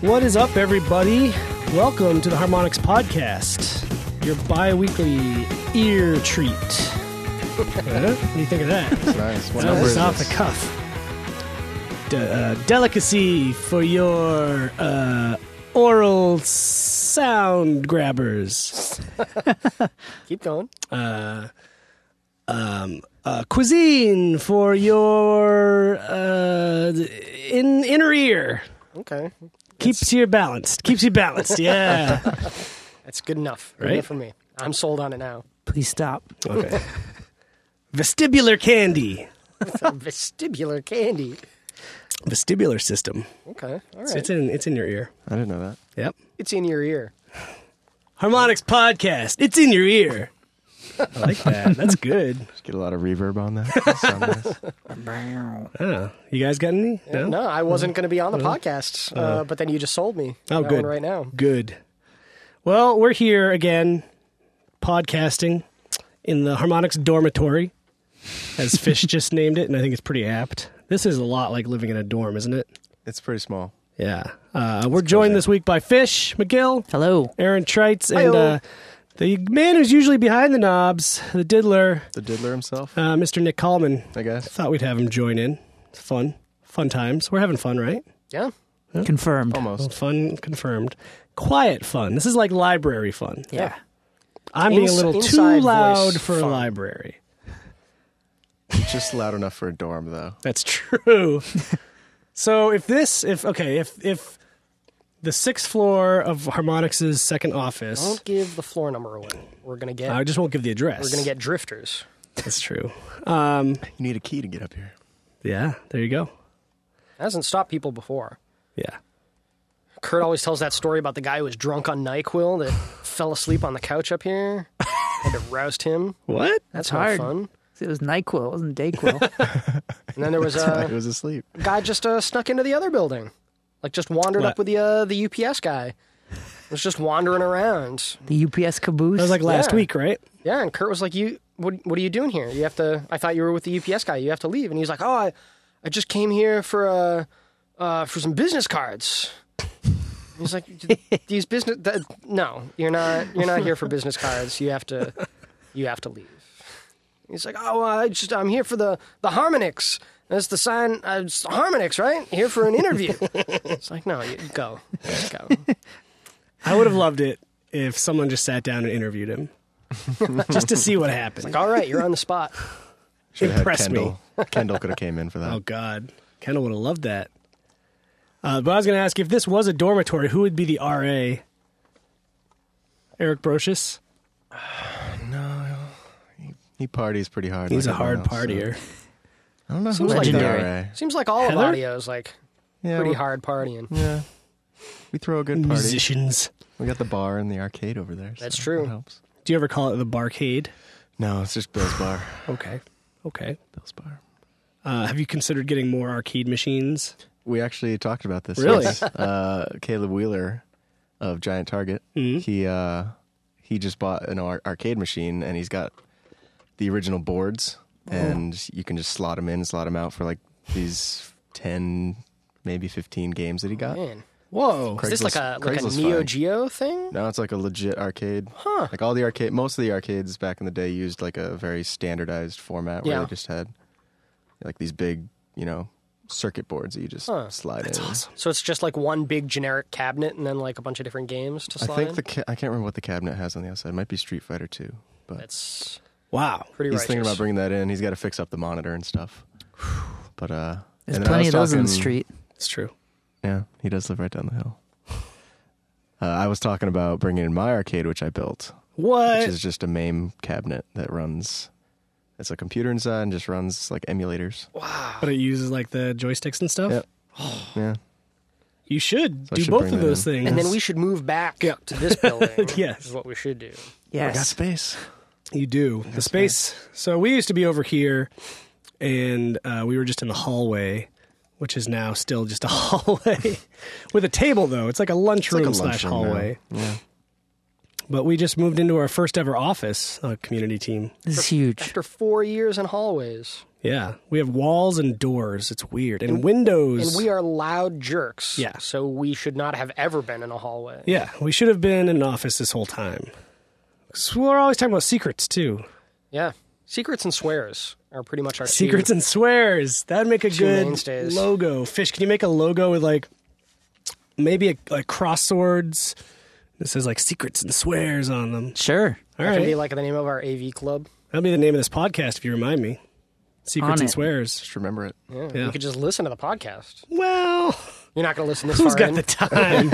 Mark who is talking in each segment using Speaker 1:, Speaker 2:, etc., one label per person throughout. Speaker 1: What is up, everybody? Welcome to the Harmonics Podcast, your bi weekly ear treat. Huh? What do you think of that?
Speaker 2: Nice. What
Speaker 1: That
Speaker 2: number
Speaker 1: was
Speaker 2: is
Speaker 1: off
Speaker 2: this?
Speaker 1: the cuff. De- uh, delicacy for your uh, oral sound grabbers.
Speaker 3: Keep going.
Speaker 1: Uh, cuisine for your uh, in inner ear.
Speaker 3: Okay.
Speaker 1: Keeps you balanced. Keeps you balanced. Yeah.
Speaker 3: That's good enough. Good
Speaker 1: Right?
Speaker 3: enough for me. I'm sold on it now.
Speaker 1: Please stop. Okay. Vestibular candy.
Speaker 3: Vestibular candy.
Speaker 1: Vestibular system.
Speaker 3: Okay. All right.
Speaker 1: So it's in it's in your ear.
Speaker 2: I didn't know that.
Speaker 1: Yep.
Speaker 3: It's in your ear.
Speaker 1: Harmonics podcast. It's in your ear. I like that. That's good.
Speaker 2: Just get a lot of reverb on that. That sound nice.
Speaker 1: Oh, you guys got any?
Speaker 3: No, I wasn't going to be on the podcast, uh, but then you just sold me.
Speaker 1: Oh,
Speaker 3: that
Speaker 1: good.
Speaker 3: one Right now.
Speaker 1: Good. Well, we're here again, podcasting in the Harmonics dormitory, as Fish just named it, and I think it's pretty apt. This is a lot like living in a dorm, isn't it?
Speaker 2: It's pretty small.
Speaker 1: Yeah. Uh, we're joined this week by Fish, McGill,
Speaker 4: Hello.
Speaker 1: Aaron Trites, and
Speaker 3: Hi-yo.
Speaker 1: uh, the man who's usually behind the knobs, the diddler,
Speaker 2: The diddler himself,
Speaker 1: uh, Mr. Nick Coleman.
Speaker 2: I guess.
Speaker 1: Thought we'd have him join in. It's fun. Fun times. We're having fun, right?
Speaker 3: Yeah.
Speaker 4: Confirmed.
Speaker 2: Almost.
Speaker 1: Fun confirmed. Quiet fun. This is like library fun.
Speaker 4: yeah.
Speaker 1: I'm being a
Speaker 3: Ins-
Speaker 1: little
Speaker 3: inside
Speaker 1: too
Speaker 3: voice
Speaker 1: loud for a
Speaker 3: fun.
Speaker 1: library.
Speaker 2: Just loud enough for a dorm, though.
Speaker 1: That's true. so if this, if okay, if if the sixth floor of Harmonix's second office,
Speaker 3: Don't give the floor number away. We're going to get
Speaker 1: I just won't give the address.
Speaker 3: we're going to get drifters.
Speaker 1: That's true. Um,
Speaker 2: You need a key to get up here.
Speaker 1: yeah, there you go.
Speaker 3: That hasn't stopped people before.
Speaker 1: Yeah.
Speaker 3: Kurt always tells that story about the guy who was drunk on NyQuil that fell asleep on the couch up here. Had to roust him.
Speaker 1: What?
Speaker 3: That's,
Speaker 4: That's
Speaker 3: no
Speaker 4: hard.
Speaker 3: fun.
Speaker 4: It was NyQuil. It wasn't DayQuil.
Speaker 3: And then there was
Speaker 2: That's why
Speaker 3: uh,
Speaker 2: he was asleep.
Speaker 3: guy just uh, snuck into the other building, like just wandered
Speaker 1: What?
Speaker 3: up with the uh, the UPS guy. Was just wandering around.
Speaker 4: the UPS caboose.
Speaker 1: That was like last
Speaker 3: Yeah.
Speaker 1: week, right?
Speaker 3: Yeah, and Kurt was like, "You what? What are you doing here? You have to. I thought you were with the UPS guy. You have to leave." And he's like, "Oh, I, I just came here for uh, uh for some business cards." And He's like, "These business? That, no, you're not. You're not here for business cards. You have to. You have to leave." He's like, "Oh, I just I'm here for the the harmonics. That's the sign. Uh, it's the harmonics, right? Here for an interview." it's like, "No, you go, Just go."
Speaker 1: I would have loved it if someone just sat down and interviewed him just to see what happened.
Speaker 3: All right, you're on the spot.
Speaker 2: Should've had
Speaker 1: Impress me.
Speaker 2: Kendall. Kendall could have came in for that.
Speaker 1: Oh, God. Kendall would have loved that. Uh, but I was going to ask if this was a dormitory, who would be the RA? Eric Brocious?
Speaker 2: He parties pretty hard.
Speaker 1: He's
Speaker 2: like
Speaker 1: a hard
Speaker 2: everyone else, so-
Speaker 1: partier.
Speaker 2: I don't know who
Speaker 3: Seems
Speaker 2: would be
Speaker 3: like
Speaker 4: Legendary.
Speaker 2: RA.
Speaker 3: Seems like all
Speaker 1: Heather?
Speaker 3: of audio is like
Speaker 2: Yeah,
Speaker 3: pretty
Speaker 2: we-
Speaker 3: hard partying.
Speaker 2: Yeah. We throw a good party.
Speaker 1: Musicians.
Speaker 2: We got the bar and the arcade over there. so
Speaker 3: That's true.
Speaker 2: that helps.
Speaker 1: Do you ever call it the barcade?
Speaker 2: No, it's just Bill's bar.
Speaker 1: Okay. Okay.
Speaker 2: Bill's bar.
Speaker 1: Uh, have you considered getting more arcade machines?
Speaker 2: We actually talked about this.
Speaker 1: Really?
Speaker 2: Yes. uh, Caleb Wheeler of Giant Target.
Speaker 3: Mm-hmm.
Speaker 2: He uh, he just bought an ar- arcade machine, and he's got the original boards,
Speaker 3: Oh.
Speaker 2: and you can just slot them in, slot them out for like these ten, maybe fifteen games that he got.
Speaker 3: Oh, Man,
Speaker 1: Whoa.
Speaker 3: is this like a
Speaker 2: Craigslist-
Speaker 3: like
Speaker 2: Craigslist
Speaker 3: a Neo
Speaker 2: find.
Speaker 3: Geo thing?
Speaker 2: Now it's like a legit arcade.
Speaker 3: Huh.
Speaker 2: Like all the arcade, most of the arcades back in the day used like a very standardized format where
Speaker 3: Yeah.
Speaker 2: they just had like these big, you know, circuit boards that you just
Speaker 3: Huh.
Speaker 2: slide in.
Speaker 3: So it's just like one big generic cabinet and then like a bunch of different games to
Speaker 2: I
Speaker 3: slide
Speaker 2: think
Speaker 3: in?
Speaker 2: the ca- I can't remember what the cabinet has on the outside. It might be Street Fighter 2, but
Speaker 3: That's
Speaker 1: Wow.
Speaker 3: pretty
Speaker 2: he's
Speaker 3: righteous.
Speaker 2: thinking about bringing that in. He's got to fix up the monitor and stuff. But uh, and
Speaker 4: There's
Speaker 2: then I
Speaker 4: plenty
Speaker 2: was
Speaker 4: of those in the
Speaker 2: talking-
Speaker 4: street.
Speaker 1: It's true.
Speaker 2: Yeah, he does live right down the hill. Uh, I was talking about bringing in my arcade, which I built,
Speaker 1: What?
Speaker 2: which is just a MAME cabinet that runs. It's a computer inside and just runs like emulators.
Speaker 1: but it uses like the joysticks and stuff?
Speaker 2: Yep. Yeah,
Speaker 1: You should
Speaker 2: So I
Speaker 1: do
Speaker 2: should
Speaker 1: both
Speaker 2: bring
Speaker 1: of
Speaker 2: that
Speaker 1: those
Speaker 2: in.
Speaker 1: things.
Speaker 3: and then we should move back to this building.
Speaker 1: Yes.
Speaker 3: is what we should do.
Speaker 2: I got
Speaker 4: Yes.
Speaker 2: space.
Speaker 1: You do. The space. So we used to be over here, and uh, we were just in the hallway, which is now still just a hallway with a table, though. It's like a lunchroom
Speaker 2: It's like a
Speaker 1: slash
Speaker 2: lunchroom now.
Speaker 1: hallway.
Speaker 2: Yeah,
Speaker 1: But we just moved into our first ever office, a community team.
Speaker 4: This is huge.
Speaker 3: After four years in hallways,
Speaker 1: Yeah. We have walls and doors. It's weird. And, windows.
Speaker 3: and we are loud jerks.
Speaker 1: Yeah.
Speaker 3: So we should not have ever been in a hallway.
Speaker 1: yeah. We should have been in an office this whole time. 'Cause we're always talking about secrets, too.
Speaker 3: Yeah. Secrets and swears are pretty much our two-
Speaker 1: Secrets and swears. That'd make a good
Speaker 3: mainstays.
Speaker 1: logo. Fish, can you make a logo with like maybe a, like crosswords that says like secrets and swears on them?
Speaker 4: Sure.
Speaker 1: All
Speaker 3: That
Speaker 1: right.
Speaker 3: can be like the name of our AV club.
Speaker 1: That'll be the name of this podcast if you remind me. Secrets
Speaker 4: On
Speaker 1: and
Speaker 4: it.
Speaker 1: swears.
Speaker 2: Just remember it.
Speaker 3: Yeah,
Speaker 1: Yeah.
Speaker 3: You could just listen to the podcast.
Speaker 1: Well,
Speaker 3: You're not going to listen this
Speaker 1: who's
Speaker 3: far
Speaker 1: got
Speaker 3: in.
Speaker 1: the time?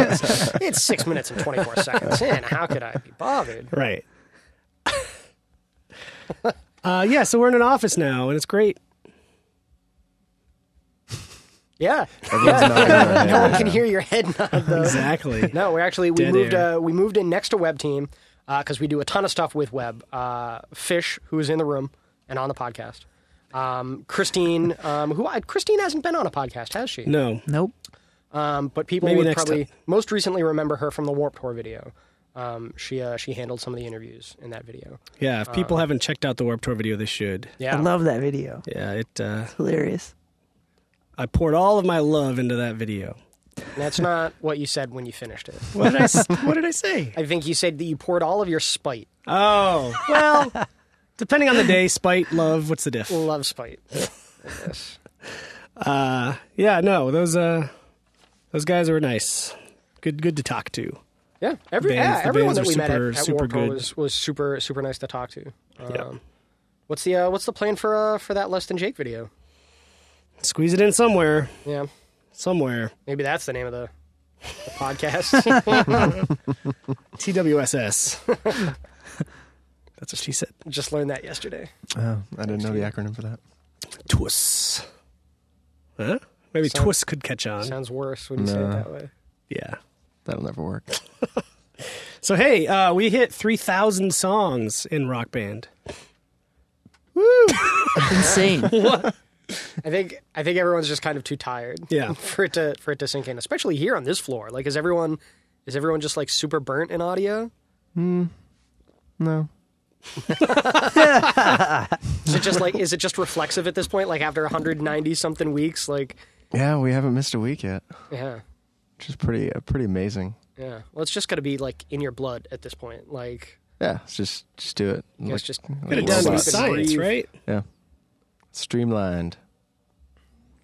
Speaker 3: it's six minutes and 24 seconds in. How could I be bothered?
Speaker 1: right. uh, yeah, so we're in an office now, and it's great.
Speaker 3: Yeah.
Speaker 2: Everyone's nodding their head
Speaker 3: No one
Speaker 2: right
Speaker 3: can
Speaker 2: now.
Speaker 3: hear your head nod, though.
Speaker 1: Exactly.
Speaker 3: No, we actually we
Speaker 1: Dead
Speaker 3: moved
Speaker 1: air.
Speaker 3: uh, we moved in next to Web Team because we do a ton of stuff with Web. Uh, Fish, who is in the room and on the podcast. Um, Christine, um, who I, Christine hasn't been on a podcast, has she?
Speaker 1: No.
Speaker 4: Nope.
Speaker 3: Um, but people
Speaker 1: Maybe
Speaker 3: would
Speaker 1: next
Speaker 3: probably
Speaker 1: time.
Speaker 3: most recently remember her from the Warp Tour video. Um, she uh, she handled some of the interviews in that video.
Speaker 1: Yeah, if
Speaker 3: Uh.
Speaker 1: people haven't checked out the Warp Tour video, they should.
Speaker 3: Yeah,
Speaker 4: I love that video.
Speaker 1: Yeah, it. Uh,
Speaker 4: Hilarious.
Speaker 1: I poured all of my love into that video.
Speaker 3: that's not what you said when you finished it.
Speaker 1: What did I? s- what did I say?
Speaker 3: I think you said that you poured all of your spite,
Speaker 1: Oh, well, depending on the day, spite, love, what's the diff?
Speaker 3: love spite. I guess.
Speaker 1: Uh, yeah, no, those uh, those guys were nice. Good, good to talk to.
Speaker 3: Yeah, every
Speaker 1: Bands-
Speaker 3: yeah,
Speaker 1: the
Speaker 3: everyone
Speaker 1: bands
Speaker 3: that
Speaker 1: are
Speaker 3: we met at,
Speaker 1: super-
Speaker 3: at
Speaker 1: super
Speaker 3: Warped Tour
Speaker 1: good.
Speaker 3: was was super super nice to talk to. Um,
Speaker 1: Yeah.
Speaker 3: What's the uh, what's the plan for uh, for that less than Jake video?
Speaker 1: Squeeze it in somewhere,
Speaker 3: Yeah,
Speaker 1: somewhere.
Speaker 3: maybe that's the name of the, the podcast.
Speaker 1: TWSS. That's what she said.
Speaker 3: Just learned that yesterday.
Speaker 2: Oh, I didn't know the acronym for that.
Speaker 1: Twus. Huh? Maybe
Speaker 3: Sound-
Speaker 1: Twus could catch on.
Speaker 3: Sounds worse when you say it
Speaker 2: Nah.
Speaker 3: that way.
Speaker 1: yeah.
Speaker 2: That'll never work.
Speaker 1: So hey, uh, we hit three thousand songs in Rock Band.
Speaker 4: Insane.
Speaker 3: I think I think everyone's just kind of too tired.
Speaker 1: Yeah.
Speaker 3: for it to for it to sink in, especially here on this floor. Like, is everyone is everyone just like super burnt in audio?
Speaker 2: No.
Speaker 3: Is it just like is it just reflexive at this point? Like after 190 something weeks, like
Speaker 2: Yeah, we haven't missed a week yet,
Speaker 3: yeah.
Speaker 2: which is pretty uh, pretty amazing.
Speaker 3: Yeah. Well, it's just got to be like in your blood at this point. Like,
Speaker 2: Yeah, it's just just do it.
Speaker 3: it's just-
Speaker 1: Got it
Speaker 3: Like
Speaker 1: down to a
Speaker 3: robots.
Speaker 1: science,
Speaker 3: Breathe.
Speaker 1: right?
Speaker 2: Yeah, streamlined.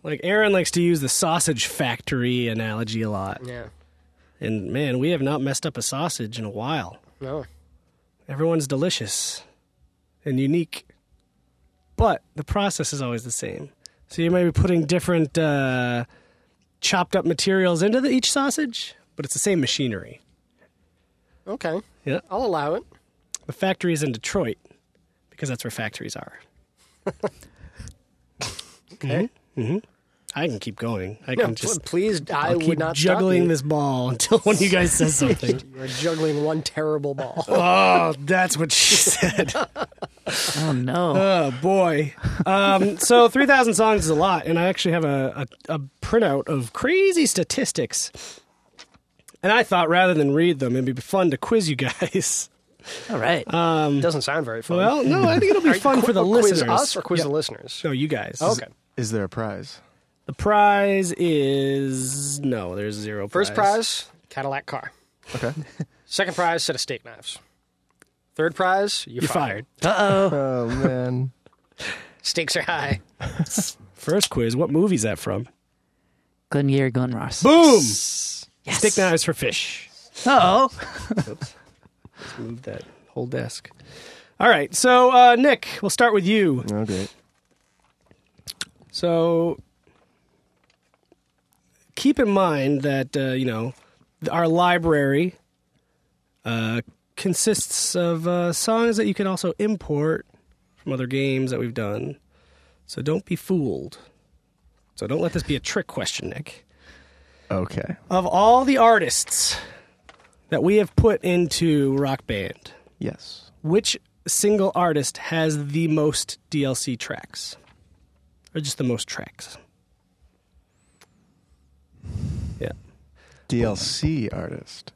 Speaker 1: Like Aaron likes to use the sausage factory analogy a lot.
Speaker 3: yeah.
Speaker 1: And man, we have not messed up a sausage in a while.
Speaker 3: No.
Speaker 1: Everyone's delicious and unique, but the process is always the same. So you may be putting different uh, chopped up materials into the, each sausage, but it's the same machinery.
Speaker 3: Okay.
Speaker 1: Yeah.
Speaker 3: I'll allow it.
Speaker 1: The factory is in Detroit because that's where factories are.
Speaker 3: Okay.
Speaker 1: Mm-hmm. I can keep going. I
Speaker 3: No,
Speaker 1: can just
Speaker 3: pl- please, I
Speaker 1: I'll
Speaker 3: would
Speaker 1: keep
Speaker 3: not
Speaker 1: juggling
Speaker 3: stop
Speaker 1: this ball until one of you guys says something.
Speaker 3: you. You're juggling one terrible ball.
Speaker 1: oh, that's what she said.
Speaker 4: oh no.
Speaker 1: Oh boy. Um, so three thousand songs is a lot, and I actually have a, a, a printout of crazy statistics. And I thought rather than read them, it'd be fun to quiz you guys.
Speaker 4: All right.
Speaker 1: Uh,
Speaker 3: It doesn't sound very fun.
Speaker 1: Um, Well, no, I think it'll be
Speaker 3: Are you
Speaker 1: fun
Speaker 3: qui-
Speaker 1: for the listeners.
Speaker 3: Quiz us or quiz the listeners?
Speaker 1: No, you guys.
Speaker 3: Okay.
Speaker 2: Is there a prize?
Speaker 1: The prize is no. There's zero.
Speaker 3: First prize, Cadillac car.
Speaker 2: Okay.
Speaker 3: Second prize, set of steak knives. Third prize, you're,
Speaker 1: You're fired.
Speaker 4: Uh oh.
Speaker 2: oh man.
Speaker 3: Stakes are high.
Speaker 1: First quiz. What movie's that from?
Speaker 4: Glenn Gary, Glenn Ross.
Speaker 1: Boom.
Speaker 4: Yes.
Speaker 1: Stick knives for fish.
Speaker 4: Uh oh.
Speaker 1: Move that whole desk. All right. So uh, Nick, we'll start with you.
Speaker 2: Oh great.
Speaker 1: So keep in mind that uh, you know th- our library uh, consists of uh, songs that you can also import from other games that we've done. So don't be fooled. So don't let this be a trick question, Nick.
Speaker 2: Okay.
Speaker 1: Of all the artists that we have put into Rock Band,
Speaker 2: Yes.
Speaker 1: which single artist has the most DLC tracks? Or just the most tracks? Yeah.
Speaker 2: DLC artist.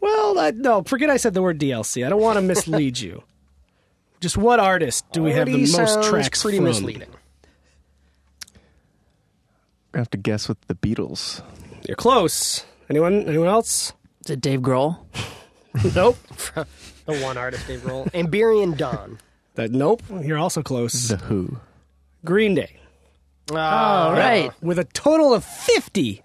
Speaker 1: Well, I, no, forget I said the word DLC. I don't want to mislead you. Just what artist do we have the
Speaker 3: Already
Speaker 1: most
Speaker 3: sounds
Speaker 1: tracks
Speaker 3: pretty
Speaker 1: from?
Speaker 3: misleading.
Speaker 2: I have to guess with the Beatles.
Speaker 1: You're close. Anyone? Anyone else?
Speaker 4: Is it Dave Grohl?
Speaker 1: nope.
Speaker 3: The one artist they roll. Amberian Dawn.
Speaker 1: That, nope. You're also close.
Speaker 2: The Who.
Speaker 1: Green Day
Speaker 3: Ah,
Speaker 4: All right.
Speaker 1: with a total of fifty.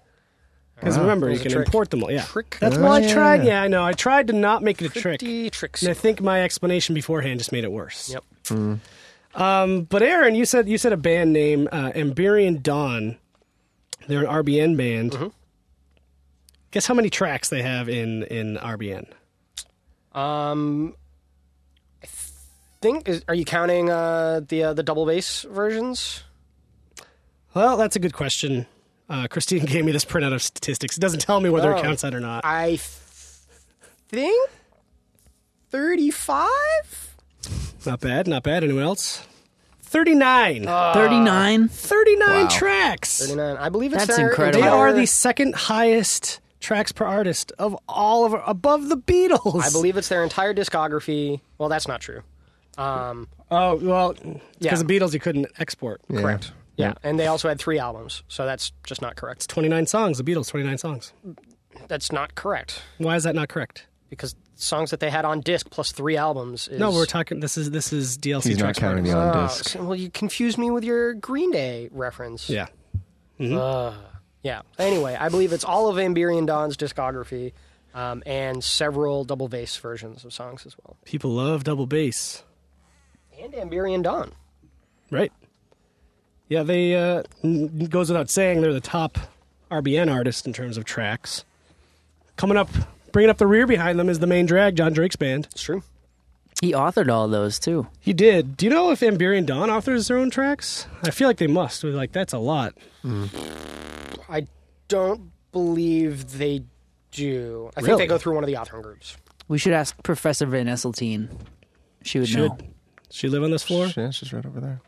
Speaker 1: Because remember, you
Speaker 3: was a
Speaker 1: can
Speaker 3: trick.
Speaker 1: import them all. Yeah,
Speaker 3: Trick. Oh,
Speaker 1: that's why I
Speaker 2: Yeah.
Speaker 1: tried. Yeah, I know. I tried to not make it a trick, and
Speaker 3: Pretty tricks.
Speaker 1: I think my explanation beforehand just made it worse.
Speaker 3: Yep.
Speaker 1: Um, but Aaron, you said you said a band name, uh, Amberian Dawn. They're an RBN band.
Speaker 3: Mm-hmm.
Speaker 1: Guess how many tracks they have in in RBN?
Speaker 3: Um, I think is, are you counting uh, the uh, the double bass versions?
Speaker 1: Well, that's a good question. Uh, Christine gave me this printout of statistics. It doesn't tell me whether
Speaker 3: Oh.
Speaker 1: it counts that or not.
Speaker 3: I f- think thirty five.
Speaker 1: Not bad, not bad. Anyone else? 39.
Speaker 3: Uh,
Speaker 4: 39?
Speaker 1: 39
Speaker 2: Wow.
Speaker 1: tracks.
Speaker 3: Thirty nine. I believe it's
Speaker 4: That's
Speaker 3: their
Speaker 4: incredible.
Speaker 1: They
Speaker 3: entire-
Speaker 1: are the second highest tracks per artist of all of above the Beatles.
Speaker 3: I believe it's their entire discography. Well, that's not true. Um,
Speaker 1: Oh, well,
Speaker 3: Yeah.
Speaker 1: because the Beatles you couldn't export.
Speaker 2: Yeah.
Speaker 3: Correct. yeah, and they also had three albums, so that's just not correct.
Speaker 1: 29 songs, the Beatles 29 songs.
Speaker 3: That's not correct
Speaker 1: Why is that not correct?
Speaker 3: because songs that they had on disc plus three albums is
Speaker 1: No, we're talking this is this is DLC
Speaker 2: He's not
Speaker 1: tracks.
Speaker 2: counting the
Speaker 1: right?
Speaker 2: on
Speaker 3: Oh,
Speaker 2: disc.
Speaker 3: so- well, you confuse me with your Green Day reference.
Speaker 1: Yeah.
Speaker 3: Yeah. Anyway, I believe it's all of Amberian Dawn's discography um, and several double bass versions of songs as well.
Speaker 1: People love double bass.
Speaker 3: And Amberian Dawn.
Speaker 1: Right. Yeah, they uh, n- goes without saying they're the top RBN artist in terms of tracks. Coming up, bringing up the rear behind them is the main drag, John Drake's band.
Speaker 3: It's true.
Speaker 4: He authored all those too.
Speaker 1: He did. Do you know if Amberian Dawn authors their own tracks? I feel like they must. We're like that's a lot.
Speaker 3: I don't believe they do. I think
Speaker 1: Really?
Speaker 3: they go through one of the authoring groups.
Speaker 4: We should ask Professor Van Esseltine. She would
Speaker 1: Should
Speaker 4: know.
Speaker 1: she live on this floor?
Speaker 2: Yeah, she's right over there.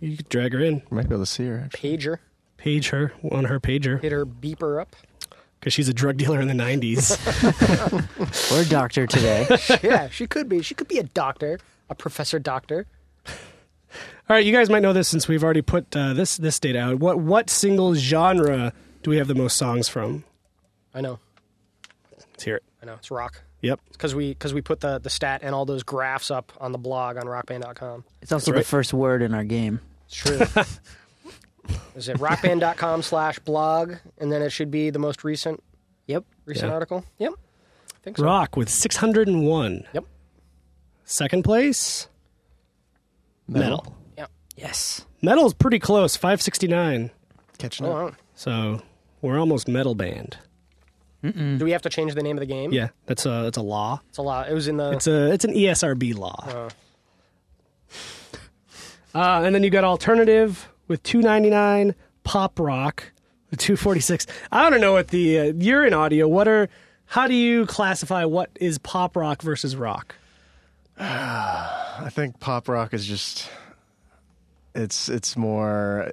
Speaker 1: You could drag her in,
Speaker 2: You might be able to see her. Actually.
Speaker 3: Pager.
Speaker 1: page her on her pager
Speaker 3: Hit her beeper up.
Speaker 1: because she's a drug dealer in the '90s.
Speaker 4: We're doctor today.
Speaker 3: yeah, she could be. She could be a doctor, a professor doctor.
Speaker 1: All right, you guys might know this since we've already put uh, this this data out. What what single genre do we have the most songs from?
Speaker 3: I know.
Speaker 1: Let's hear it.
Speaker 3: I know. It's rock.
Speaker 1: Yep.
Speaker 3: Because we, cause we put the, the stat and all those graphs up on the blog on rockband.com.
Speaker 4: It's also the first word in our game.
Speaker 3: It's true. Is it rockband.com slash blog? And then it should be the most recent
Speaker 4: Yep.
Speaker 3: recent
Speaker 1: Yeah.
Speaker 3: article. Yep. think so.
Speaker 1: Rock with 601.
Speaker 3: Yep.
Speaker 1: Second place, metal.
Speaker 4: Yes.
Speaker 1: Metal's pretty close, 569.
Speaker 2: Catching
Speaker 3: Oh,
Speaker 2: up.
Speaker 3: wow.
Speaker 1: So we're almost metal band.
Speaker 3: Do we have to change the name of the game?
Speaker 1: Yeah, that's a that's a law.
Speaker 3: It's a lot. It was in the.
Speaker 1: It's a it's an E ESRB law. Uh, and then you got alternative with 299, pop rock with 246. I don't know what the uh, you're in audio. What are how do you classify what is pop rock versus rock?
Speaker 2: I think pop rock is just it's it's more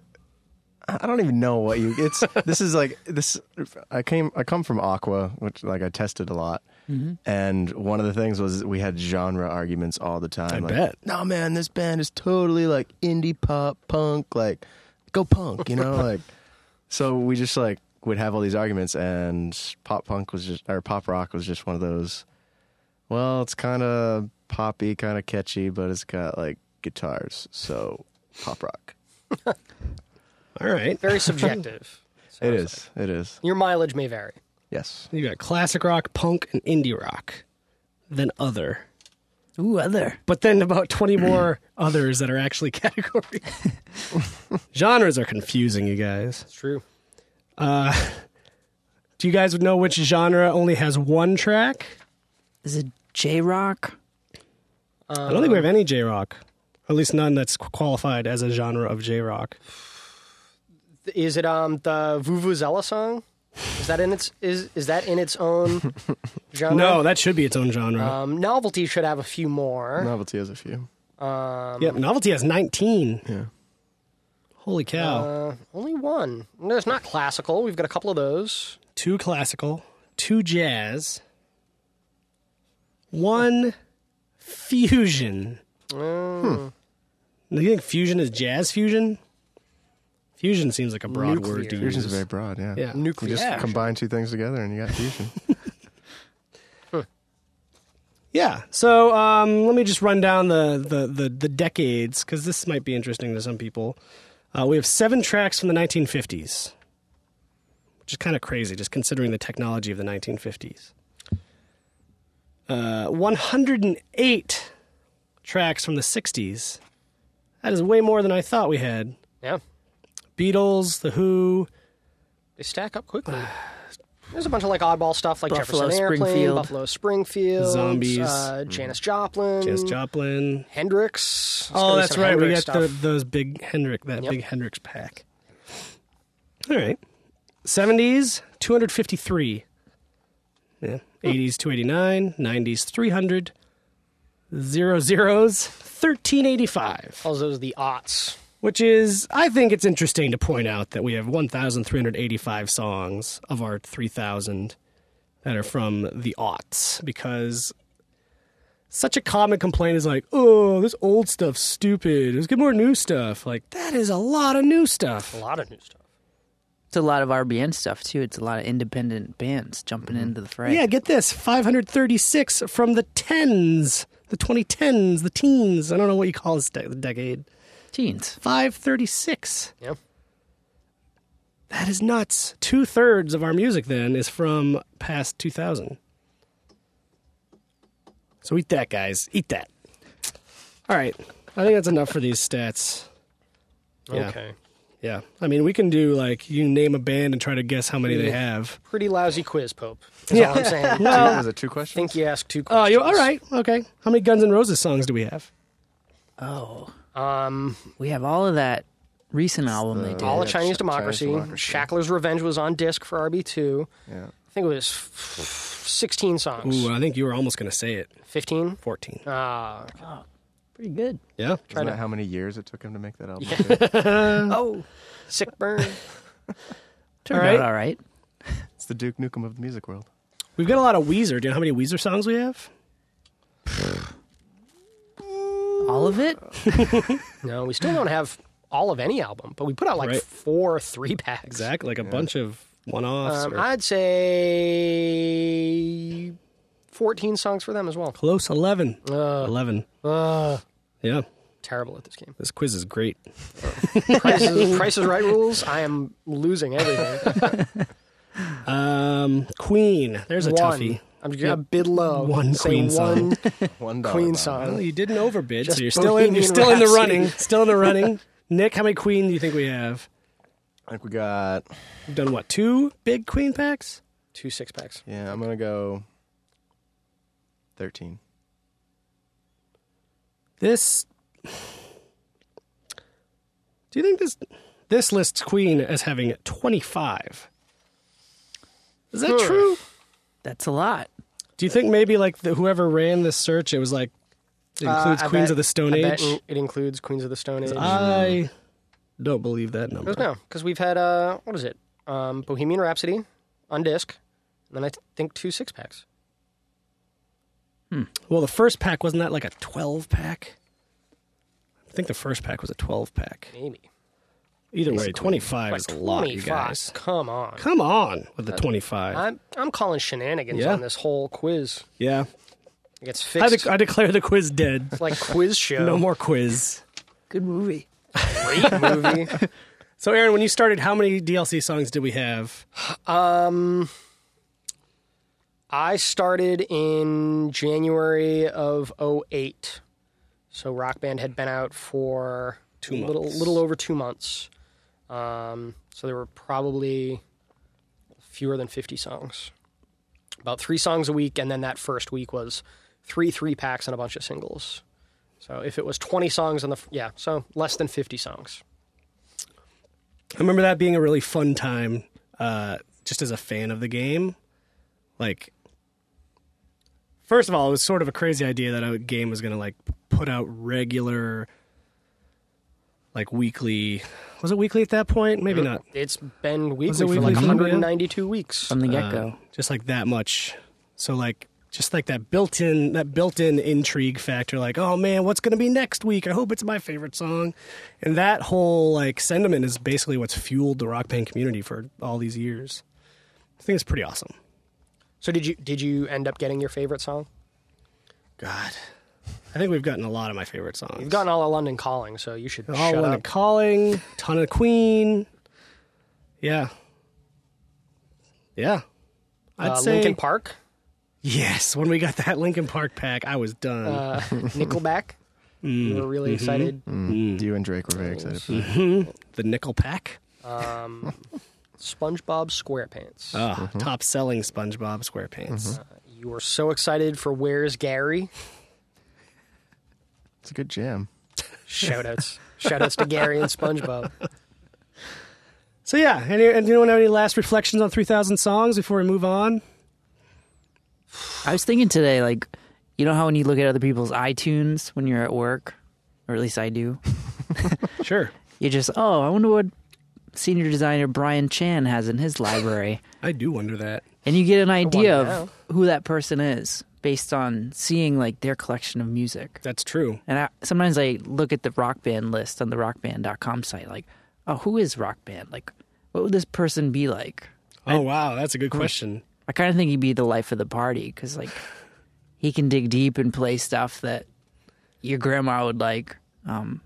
Speaker 2: I don't even know what you it's this is like this I came I come from Aqua which like I tested a lot and one of the things was we had genre arguments all the time like
Speaker 1: bet.
Speaker 2: no man this band is totally like indie pop punk like go punk you know like so we just like would have all these arguments and pop punk was just or pop rock was just one of those well it's kind of poppy kind of catchy but it's got like guitars so pop rock
Speaker 1: All right.
Speaker 3: very subjective.
Speaker 2: it is it is
Speaker 3: Your mileage may vary.
Speaker 2: yes
Speaker 1: You got classic rock, punk, and indie rock, then other.
Speaker 4: Ooh, other.
Speaker 1: But then about 20 more others that are actually categories. Genres are confusing, you guys.
Speaker 3: It's true.
Speaker 1: Do you guys know which genre only has one track?
Speaker 4: Is it J Rock?
Speaker 1: I don't think we have any J rock, at least none that's qu- qualified as a genre of J rock.
Speaker 3: Is it um the Vuvuzela song? Is that in its is is that in its own genre?
Speaker 1: No, that should be its own genre.
Speaker 3: Um, novelty should have a few more.
Speaker 2: novelty has a few
Speaker 3: Um,
Speaker 1: yep, novelty has 19.
Speaker 2: Yeah.
Speaker 1: Holy cow.
Speaker 3: uh, only one. No, it's not classical. We've got a couple of those.
Speaker 1: two classical, two jazz, one fusion.
Speaker 3: Hmm.
Speaker 2: Hmm.
Speaker 1: Do you think fusion is jazz fusion? Fusion seems like a broad word to
Speaker 3: Nuclear.
Speaker 2: Fusion's
Speaker 1: use.
Speaker 2: very broad, yeah.
Speaker 1: Yeah.
Speaker 2: You
Speaker 3: Nuclear.
Speaker 2: just
Speaker 1: Yeah,
Speaker 2: combine two things together and you got fusion.
Speaker 1: Yeah. So um, let me just run down the the the, the decades because this might be interesting to some people. Uh, we have seven tracks from the 1950s, which is kind of crazy, just considering the technology of the 1950s. Uh, 108 tracks from the 60s. That is way more than I thought we had.
Speaker 3: Yeah.
Speaker 1: Beatles, The Who,
Speaker 3: They stack up quickly. There's a bunch of like oddball stuff like
Speaker 4: Buffalo
Speaker 3: Jefferson Airplane,
Speaker 4: Springfield.
Speaker 3: Buffalo Springfield,
Speaker 1: Zombies. Mm.
Speaker 3: uh, Janis Joplin,
Speaker 1: Janis Joplin.
Speaker 3: Hendrix. There's
Speaker 1: Oh,
Speaker 3: gotta be
Speaker 1: that's
Speaker 3: some
Speaker 1: right. We
Speaker 3: Hendrix
Speaker 1: got the,
Speaker 3: stuff.
Speaker 1: those big Hendrix, that
Speaker 3: Yep.
Speaker 1: big Hendrix pack. All right. 70s, 253. Yeah. 80s, 289. 90s, 300. Zero zeros, 1385.
Speaker 3: Calls those the aughts.
Speaker 1: Which is, I think it's interesting to point out that we have 1,385 songs of our 3,000 that are from the aughts because such a common complaint is like, oh, this old stuff's stupid. Let's get more new stuff. Like, that is a lot of new stuff.
Speaker 3: A lot of new stuff.
Speaker 4: It's a lot of RBN stuff too. It's a lot of independent bands jumping into the fray.
Speaker 1: Yeah, get this 536 from the tens, the 2010s, the teens. I don't know what you call this de- decade.
Speaker 4: teens.
Speaker 1: 536.
Speaker 3: Yeah.
Speaker 1: That is nuts. Two thirds of our music then is from past 2000. So eat that, guys. Eat that. All right. I think that's enough for these stats. Yeah.
Speaker 3: Okay.
Speaker 1: Yeah. I mean, we can do like you name a band and try to guess how many they have.
Speaker 3: Pretty lousy quiz, Pope. Is
Speaker 1: Yeah.
Speaker 3: all I'm saying. I
Speaker 2: Two- was it two questions?
Speaker 3: think you asked two
Speaker 1: Oh,
Speaker 3: questions.
Speaker 1: you all right. Okay. How many Guns N' Roses songs do we have?
Speaker 4: Oh,
Speaker 3: Um,
Speaker 4: we have all of that recent album they did.
Speaker 3: all of
Speaker 2: Yeah,
Speaker 3: Chinese
Speaker 2: Ch-
Speaker 3: democracy.
Speaker 2: Chinese Democracy.
Speaker 3: Shackler's Revenge was on disc for RB2.
Speaker 2: Yeah.
Speaker 3: I think it was f- 16 songs.
Speaker 1: Ooh, I think you were almost going to say it.
Speaker 3: 15?
Speaker 1: 14.
Speaker 3: Ah,
Speaker 4: pretty good.
Speaker 1: Uh, Yeah.
Speaker 2: Isn't that how many years it took him to make that album? too?
Speaker 4: Oh,
Speaker 3: sick burn.
Speaker 4: turned
Speaker 1: All right.
Speaker 4: out all right.
Speaker 2: It's the Duke Nukem of the music world.
Speaker 1: We've got a lot of Weezer. Do you know how many Weezer songs we have?
Speaker 4: All of it.
Speaker 3: no, we still don't have all of any album, but we put out like
Speaker 1: Right.
Speaker 3: four three packs.
Speaker 1: Exactly. Like a bunch of one offs.
Speaker 3: Um, I'd say 14 songs for them as well.
Speaker 1: Close 11. 11.
Speaker 3: Uh,
Speaker 1: Yeah.
Speaker 3: terrible at this game.
Speaker 1: This quiz is great.
Speaker 3: Price is, Price is Right rules. I am losing everything.
Speaker 1: Um, Queen. There's a
Speaker 3: one.
Speaker 1: toughie.
Speaker 3: I'm just gonna bid low.
Speaker 1: One
Speaker 3: Say
Speaker 1: Queen song.
Speaker 3: one
Speaker 2: One dollar.
Speaker 3: Queen
Speaker 2: Bob.
Speaker 1: Well,
Speaker 3: song.
Speaker 1: you didn't overbid, so
Speaker 3: Just
Speaker 1: you're still in. You're
Speaker 3: Bohemian
Speaker 1: still in the
Speaker 3: Rhapsody.
Speaker 1: running. Still in the running. Nick, how many Queen do you think we have?
Speaker 2: I think we got.
Speaker 1: We've done what? Two big Queen packs.
Speaker 3: Two six packs.
Speaker 2: Yeah, I'm gonna go. Thirteen.
Speaker 1: This. Do you think this this lists Queen as having 25? Is that
Speaker 3: Huh.
Speaker 1: true?
Speaker 4: That's a lot.
Speaker 1: Do you think maybe like the, whoever ran this search, it was like it includes
Speaker 3: Uh, I
Speaker 1: Queens
Speaker 3: bet-
Speaker 1: of the Stone
Speaker 3: I
Speaker 1: Age?
Speaker 3: bet in- it includes Queens of the Stone Age.
Speaker 1: I don't believe that number.
Speaker 3: Because no, because we've had uh, what is it? Um, Bohemian Rhapsody on disc, and then I th- think two six packs.
Speaker 1: Well, the first pack wasn't that like a 12 pack? I think the first pack was a 12 pack.
Speaker 3: Maybe
Speaker 1: Either way, 25
Speaker 3: like
Speaker 1: is a lot, you
Speaker 3: 25.
Speaker 1: guys.
Speaker 3: Come on,
Speaker 1: Come on with the 25.
Speaker 3: I'm I'm calling shenanigans
Speaker 1: Yeah.
Speaker 3: on this whole quiz.
Speaker 1: yeah.
Speaker 3: It gets
Speaker 1: I,
Speaker 3: fixed.
Speaker 1: dec I declare the quiz dead.
Speaker 3: It's like quiz show.
Speaker 1: No more quiz.
Speaker 4: Good movie.
Speaker 3: great movie.
Speaker 1: So, Aaron, when you started, how many DLC songs did we have?
Speaker 3: Um, I started in January of '08, So Rock Band had been out for two little
Speaker 1: months.
Speaker 3: little over 2 months. Um, so there were probably fewer than 50 songs. About 3 songs a week and then that first week was 3 3 packs and a bunch of singles. So if it was 20 songs on the f- yeah, so less than 50 songs.
Speaker 1: I remember that being a really fun time, uh, just as a fan of the game. Like, first of all, it was sort of a crazy idea that a game was going to like put out regular, like weekly. Was it weekly at that point? Maybe
Speaker 3: Uh,
Speaker 1: not.
Speaker 3: It's been weekly
Speaker 1: Was
Speaker 3: for
Speaker 1: it
Speaker 3: like
Speaker 1: weekly?
Speaker 3: 192 weeks.
Speaker 4: Uh.
Speaker 1: Um,
Speaker 4: From the get go.
Speaker 1: Just like that much. So like, just like that built-in that built-in intrigue factor like oh man what's going to be next week i hope it's my favorite song and that whole like sentiment is basically what's fueled the rock band community for all these years i think it's pretty awesome
Speaker 3: So did you did you end up getting your favorite song?
Speaker 1: god i think we've gotten a lot of my favorite songs
Speaker 3: You've gotten all of London Calling, so you should
Speaker 1: all
Speaker 3: shut
Speaker 1: London
Speaker 3: up.
Speaker 1: calling ton of queen yeah yeah i'd
Speaker 3: uh,
Speaker 1: say
Speaker 3: Lincoln Park,
Speaker 1: yes when we got that lincoln park pack i was done
Speaker 3: uh, Nickelback.
Speaker 1: Mm-hmm.
Speaker 3: we were really excited. Mm.
Speaker 2: You and Drake were very excited for that.
Speaker 1: the nickel pack
Speaker 3: Um, SpongeBob SquarePants.
Speaker 1: Ah, top selling SpongeBob SquarePants.
Speaker 3: you were so excited for Where's Gary?
Speaker 2: It's a good jam.
Speaker 3: Shoutouts. Shoutouts to Gary and SpongeBob.
Speaker 1: So yeah, any, anyone have any last reflections on 3,000 songs before we move on?
Speaker 4: I was thinking today, like, you know how when you look at other people's iTunes when you're at work, or at least I do,
Speaker 1: Sure,
Speaker 4: you just, oh, I wonder what senior designer Brian Chan has in his library.
Speaker 1: I do wonder that.
Speaker 4: and you get an idea
Speaker 3: wonder
Speaker 4: of who that person is based on seeing, like, their collection of music.
Speaker 1: That's true.
Speaker 4: And I, sometimes I look at the rock band list on the rockband.com site, like, oh, who is rock band? Like, what would this person be like?
Speaker 1: Oh wow, that's a good question.
Speaker 4: I kind of think he'd be the life of the party because, like, he can dig deep and play stuff that your grandma would like. Um,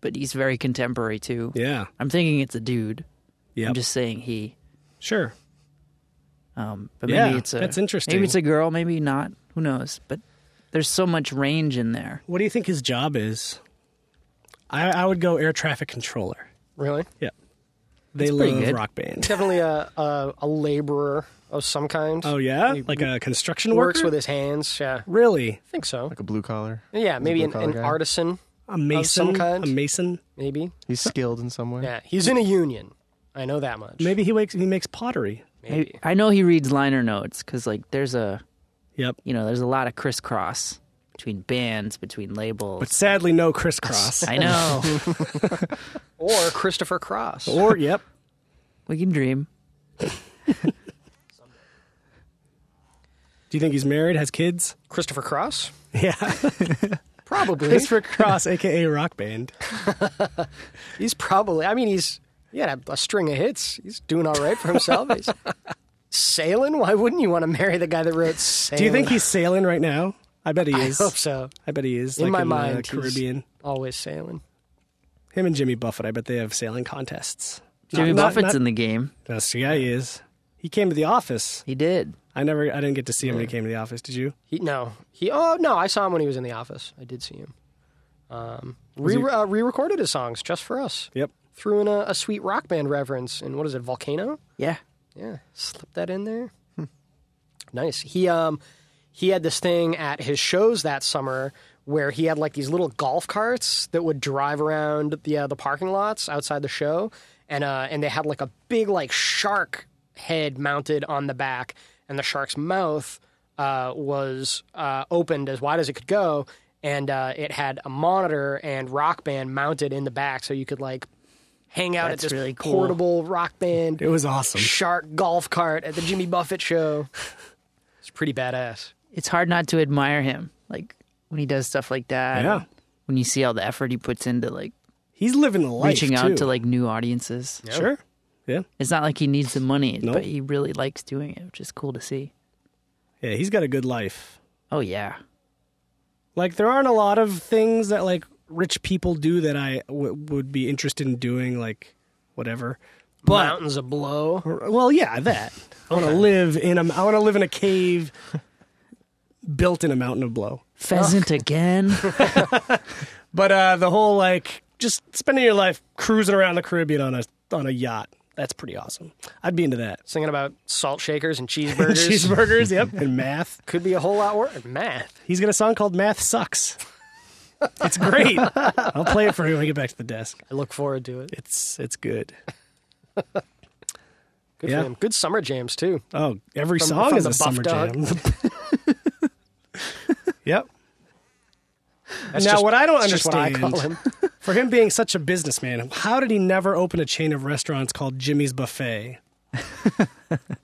Speaker 4: but he's very contemporary too.
Speaker 1: Yeah,
Speaker 4: I'm thinking it's a dude.
Speaker 1: yeah,
Speaker 4: I'm just saying he.
Speaker 1: sure.
Speaker 4: Um, but
Speaker 1: Yeah,
Speaker 4: maybe it's a
Speaker 1: that's interesting.
Speaker 4: Maybe it's a girl. Maybe not. Who knows? But there's so much range in there.
Speaker 1: What do you think his job is? I, I would go air traffic controller.
Speaker 3: Really?
Speaker 1: Yeah, they
Speaker 4: pretty
Speaker 1: love
Speaker 4: good.
Speaker 1: Rock Band.
Speaker 3: Definitely a, a, a laborer of some kind.
Speaker 1: Oh yeah, like a construction
Speaker 3: Works
Speaker 1: worker?
Speaker 3: with his hands. Yeah.
Speaker 1: really
Speaker 3: I think so.
Speaker 2: Like a blue collar.
Speaker 3: Yeah, maybe an,
Speaker 2: blue-collar
Speaker 3: an
Speaker 2: guy.
Speaker 3: artisan,
Speaker 1: a mason,
Speaker 3: kind?
Speaker 1: a mason.
Speaker 3: maybe.
Speaker 2: He's skilled in some way.
Speaker 3: Yeah, he's in a union. I know that much.
Speaker 1: Maybe he wakes, he makes pottery.
Speaker 4: Maybe. I know he reads liner notes because, like, there's a
Speaker 1: Yep,
Speaker 4: you know, there's a lot of crisscross between bands, between labels.
Speaker 1: but sadly no crisscross.
Speaker 4: I know.
Speaker 3: Or Christopher Cross.
Speaker 1: or yep,
Speaker 4: we can dream.
Speaker 1: do you think he's married, has kids?
Speaker 3: Christopher Cross?
Speaker 1: Yeah.
Speaker 3: Probably.
Speaker 1: Christopher Cross, aka Rock Band.
Speaker 3: he's probably, I mean, he's, he had a, a string of hits. He's doing all right for himself. He's sailing? Why wouldn't you want to marry the guy that wrote Sailing?
Speaker 1: Do you think he's sailing right now? I bet he
Speaker 3: I
Speaker 1: is.
Speaker 3: hope so.
Speaker 1: I bet he is.
Speaker 3: In
Speaker 1: like
Speaker 3: my
Speaker 1: the
Speaker 3: mind, he's-
Speaker 1: Caribbean.
Speaker 3: Always sailing.
Speaker 1: Him and Jimmy Buffett. I bet they have sailing contests.
Speaker 4: Jimmy
Speaker 1: Not- not-
Speaker 4: Buffett's
Speaker 1: not-
Speaker 4: in the game.
Speaker 1: That's yeah, he is. He came to the office.
Speaker 4: He did.
Speaker 1: I never. I didn't get to see him when he came to the office. Did you?
Speaker 3: He no. He oh no, I saw him when he was in the office. I did see him. Um, re
Speaker 1: he-
Speaker 3: uh, re-recorded his songs just for us.
Speaker 1: Yep.
Speaker 3: Threw in a, a sweet rock band reference and what is it, Volcano?
Speaker 4: Yeah.
Speaker 3: Yeah, slip that in there. Hmm. nice. He um he had this thing at his shows that summer where he had like these little golf carts that would drive around the uh, the parking lots outside the show, and uh and they had like a big like shark head mounted on the back, and the shark's mouth uh, was uh, opened as wide as it could go, and uh, it had a monitor and rock band mounted in the back, so you could like hang out
Speaker 4: That's
Speaker 3: at this
Speaker 4: really cool.
Speaker 3: portable rock band
Speaker 1: It was awesome.
Speaker 3: shark golf cart at the Jimmy Buffett show. It's pretty badass.
Speaker 4: It's hard not to admire him, like when he does stuff like that.
Speaker 1: Yeah.
Speaker 4: When you see all the effort he puts into like
Speaker 1: He's living the life.
Speaker 4: reaching
Speaker 1: too.
Speaker 4: out to like new audiences.
Speaker 1: Sure. Yeah.
Speaker 4: It's not like he needs the money,
Speaker 1: Nope.
Speaker 4: but he really likes doing it, which is cool to see.
Speaker 1: Yeah. He's got a good life.
Speaker 4: Oh yeah.
Speaker 1: Like there aren't a lot of things that like rich people do that I w- would be interested in doing. Like whatever. But
Speaker 3: Mountains a blow.
Speaker 1: Well, yeah, that. I want to live in a. I want to live in a cave built in a mountain of blow.
Speaker 4: Pheasant again.
Speaker 1: But uh, the whole like just spending your life cruising around the Caribbean on a on a yacht. That's pretty awesome. I'd be into that.
Speaker 3: Singing about salt shakers and cheeseburgers.
Speaker 1: Cheeseburgers, yep, and math.
Speaker 3: Could be a whole lot worse. Math.
Speaker 1: He's got a song called "Math Sucks." It's great. I'll play it for you when I get back to the desk.
Speaker 3: I look forward to it.
Speaker 1: It's it's good.
Speaker 3: Good
Speaker 1: Yeah.
Speaker 3: for him. Good summer jams too.
Speaker 1: Oh, every
Speaker 3: From-
Speaker 1: song
Speaker 3: from
Speaker 1: is
Speaker 3: the
Speaker 1: a
Speaker 3: Buff
Speaker 1: summer
Speaker 3: Dog.
Speaker 1: jam. yep.
Speaker 3: That's
Speaker 1: now,
Speaker 3: just-
Speaker 1: what I don't
Speaker 3: that's just what I
Speaker 1: understand
Speaker 3: call him.
Speaker 1: for him being such a businessman, how did he never open a chain of restaurants called Jimmy's Buffet?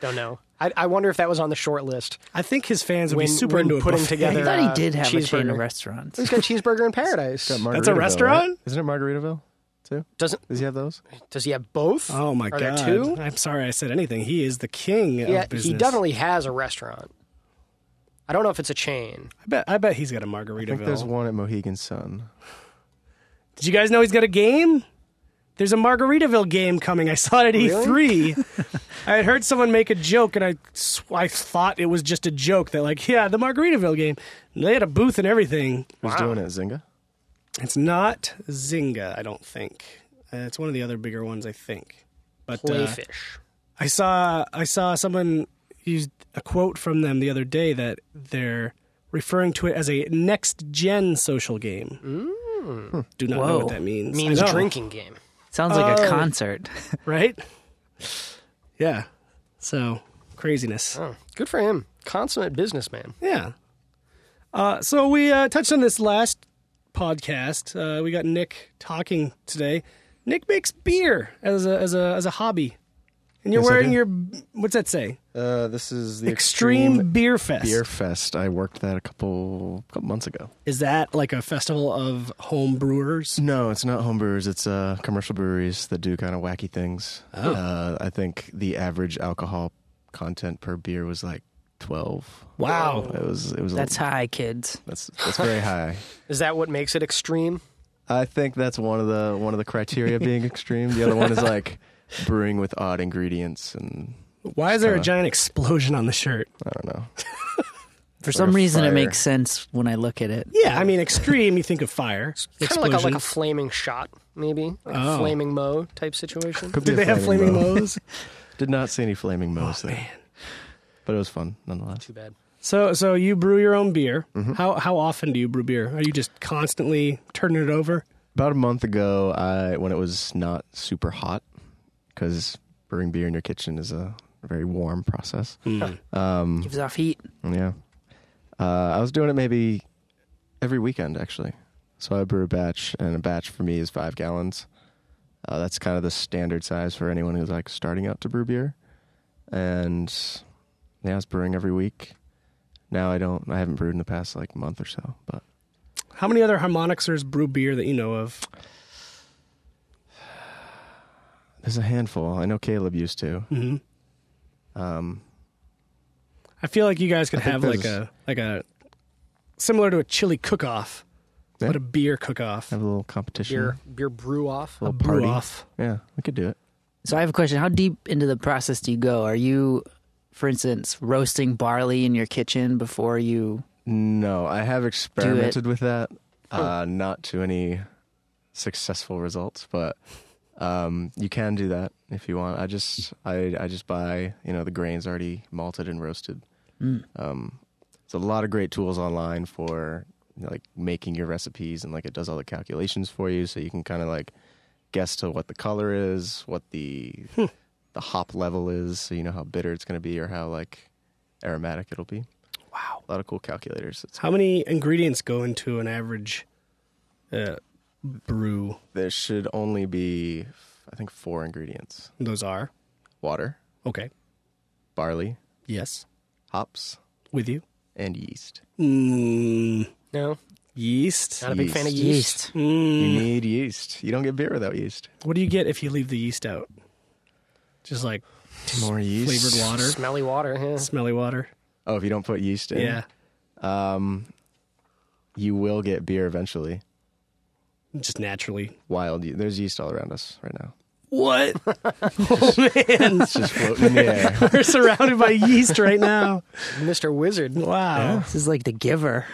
Speaker 3: Don't know. I, I wonder if that was on the short list.
Speaker 1: I think his fans would
Speaker 3: When-
Speaker 1: be super
Speaker 3: when
Speaker 1: into a
Speaker 3: putting
Speaker 1: buffet.
Speaker 4: I
Speaker 3: together-
Speaker 4: thought he
Speaker 3: Uh,
Speaker 4: did have a chain
Speaker 3: cheeseburger.
Speaker 4: of restaurants.
Speaker 3: He's got cheeseburger in paradise.
Speaker 2: Got
Speaker 1: That's a
Speaker 2: Margaritaville, right?
Speaker 1: restaurant?
Speaker 2: Isn't it Margaritaville too?
Speaker 3: Doesn't
Speaker 2: Does he have those?
Speaker 3: does he have both?
Speaker 1: Oh my
Speaker 3: Are
Speaker 1: god!
Speaker 3: There two?
Speaker 1: I'm sorry I said anything. He is the king
Speaker 3: Yeah,
Speaker 1: of business.
Speaker 3: he definitely has a restaurant. I don't know if it's a chain.
Speaker 1: I bet. I bet he's got a
Speaker 2: I think there's
Speaker 1: Margaritaville.
Speaker 2: one at Mohegan Sun.
Speaker 1: Did you guys know he's got a game? There's a Margaritaville game coming. I saw it at E3. I had heard someone make a joke, and I, s- I thought it was just a joke that like, yeah, the Margaritaville game. And they had a booth and everything.
Speaker 2: Who's doing it? Zynga.
Speaker 1: It's not Zynga, I don't think. Uh, it's one of the other bigger ones, I think. But uh,
Speaker 3: Playfish.
Speaker 1: I saw I saw someone used a quote from them the other day that they're referring to it as a next gen social game. Do not know
Speaker 4: Whoa.
Speaker 1: what that means. I
Speaker 3: means
Speaker 1: know,
Speaker 3: drinking game.
Speaker 4: Sounds like
Speaker 1: Oh.
Speaker 4: a concert.
Speaker 1: right? Yeah. So craziness.
Speaker 3: Oh, good for him. Consummate businessman.
Speaker 1: Yeah. Uh, so we uh, touched on this last podcast. Uh, we got Nick talking today. Nick makes beer as a as a as a hobby, and you're
Speaker 2: Yes, I
Speaker 1: wearing
Speaker 2: do.
Speaker 1: your what's that say?
Speaker 2: Uh, this is the
Speaker 1: Extreme, Beer Fest.
Speaker 2: Beer Fest. I worked that a couple couple months ago.
Speaker 1: Is that like a festival of home brewers?
Speaker 2: No, it's not homebrewers. It's uh, commercial breweries that do kind of wacky things.
Speaker 1: Oh.
Speaker 2: Uh, I think the average alcohol content per beer was like twelve.
Speaker 1: Wow.
Speaker 2: It was it was
Speaker 4: That's high, kids.
Speaker 2: that's that's very high.
Speaker 3: Is that what makes it extreme?
Speaker 2: I think that's one of the one of the criteria being extreme. The other one is like brewing with odd ingredients and
Speaker 1: Why is there a
Speaker 2: Kinda.
Speaker 1: giant explosion on the shirt?
Speaker 2: I don't know.
Speaker 4: For
Speaker 2: Like
Speaker 4: some
Speaker 2: a
Speaker 4: reason, it
Speaker 2: fire.
Speaker 4: makes sense when I look at it.
Speaker 1: Yeah, I mean extreme. you think of fire,
Speaker 3: Kind of like a, like a
Speaker 1: explosions.
Speaker 3: flaming shot, maybe like
Speaker 1: Oh.
Speaker 3: a flaming mo type situation.
Speaker 2: Could be
Speaker 1: Did
Speaker 2: a
Speaker 1: they have flaming Oh,
Speaker 2: mo.
Speaker 1: moes?
Speaker 2: Did not see any flaming moes there, but it was fun nonetheless.
Speaker 3: Too bad.
Speaker 1: So, so you brew your own beer.
Speaker 2: Mm-hmm.
Speaker 1: How how often do you brew beer? Are you just constantly turning it over?
Speaker 2: About a month ago, I when it was not super hot, because brewing beer in your kitchen is a very warm process. Um,
Speaker 4: Gives off heat.
Speaker 2: yeah, uh, I was doing it maybe every weekend actually. So I brew a batch, and a batch for me is five gallons. Uh, that's kind of the standard size for anyone who's like starting out to brew beer. And yeah, I was brewing every week. Now I don't. I haven't brewed in the past like month or so, but
Speaker 1: How many other harmonixers brew beer that you know of?
Speaker 2: there's a handful. I know Caleb used to.
Speaker 1: hmm
Speaker 2: Um,
Speaker 1: I feel like you guys could
Speaker 2: I think
Speaker 1: have like
Speaker 2: there's-
Speaker 1: a like a similar to a chili cook off,
Speaker 2: Yeah.
Speaker 1: but a beer cook off,
Speaker 2: have a little competition.
Speaker 3: Beer beer brew off.
Speaker 1: a
Speaker 2: A little
Speaker 1: brew
Speaker 2: party.
Speaker 1: off.
Speaker 2: Yeah, we could do it.
Speaker 4: So I have a question. How deep into the process do you go? Are you, for instance, roasting barley in your kitchen before you?
Speaker 2: No, I have experimented with that. Uh, not to any successful results, but um, you can do that if you want. I just I I just buy you know the grains already malted and roasted.
Speaker 4: Mm.
Speaker 2: Um, there's a lot of great tools online for you know, like making your recipes and like it does all the calculations for you, so you can kind of like guess to what the color is, what the the hop level is, so you know how bitter it's going to be or how like aromatic it'll be.
Speaker 1: Wow.
Speaker 2: A lot of cool calculators. It's,
Speaker 1: How many ingredients go into an average uh, brew?
Speaker 2: there should only be, I think, four ingredients:
Speaker 1: Those are
Speaker 2: water,
Speaker 1: okay.
Speaker 2: barley,
Speaker 1: Yes,
Speaker 2: hops,
Speaker 1: with you.
Speaker 2: and yeast.
Speaker 1: Mm,
Speaker 3: No,
Speaker 1: yeast.
Speaker 3: not a big fan of yeast.
Speaker 2: Yeast.
Speaker 1: Mm.
Speaker 2: You need yeast. You don't get beer without yeast.
Speaker 1: What do you get if you leave the yeast out? Just like
Speaker 2: More yeast.
Speaker 1: flavored water,
Speaker 3: Smelly water. Yeah.
Speaker 1: smelly water.
Speaker 2: Oh, if you don't put yeast in,
Speaker 1: Yeah,
Speaker 2: um, you will get beer eventually.
Speaker 1: just naturally.
Speaker 2: Wild. ye- There's yeast all around us right now.
Speaker 1: What? oh man,
Speaker 2: It's just floating in the air.
Speaker 1: we're surrounded by yeast right now.
Speaker 3: Mr. Wizard.
Speaker 1: Wow.
Speaker 4: This is like the giver.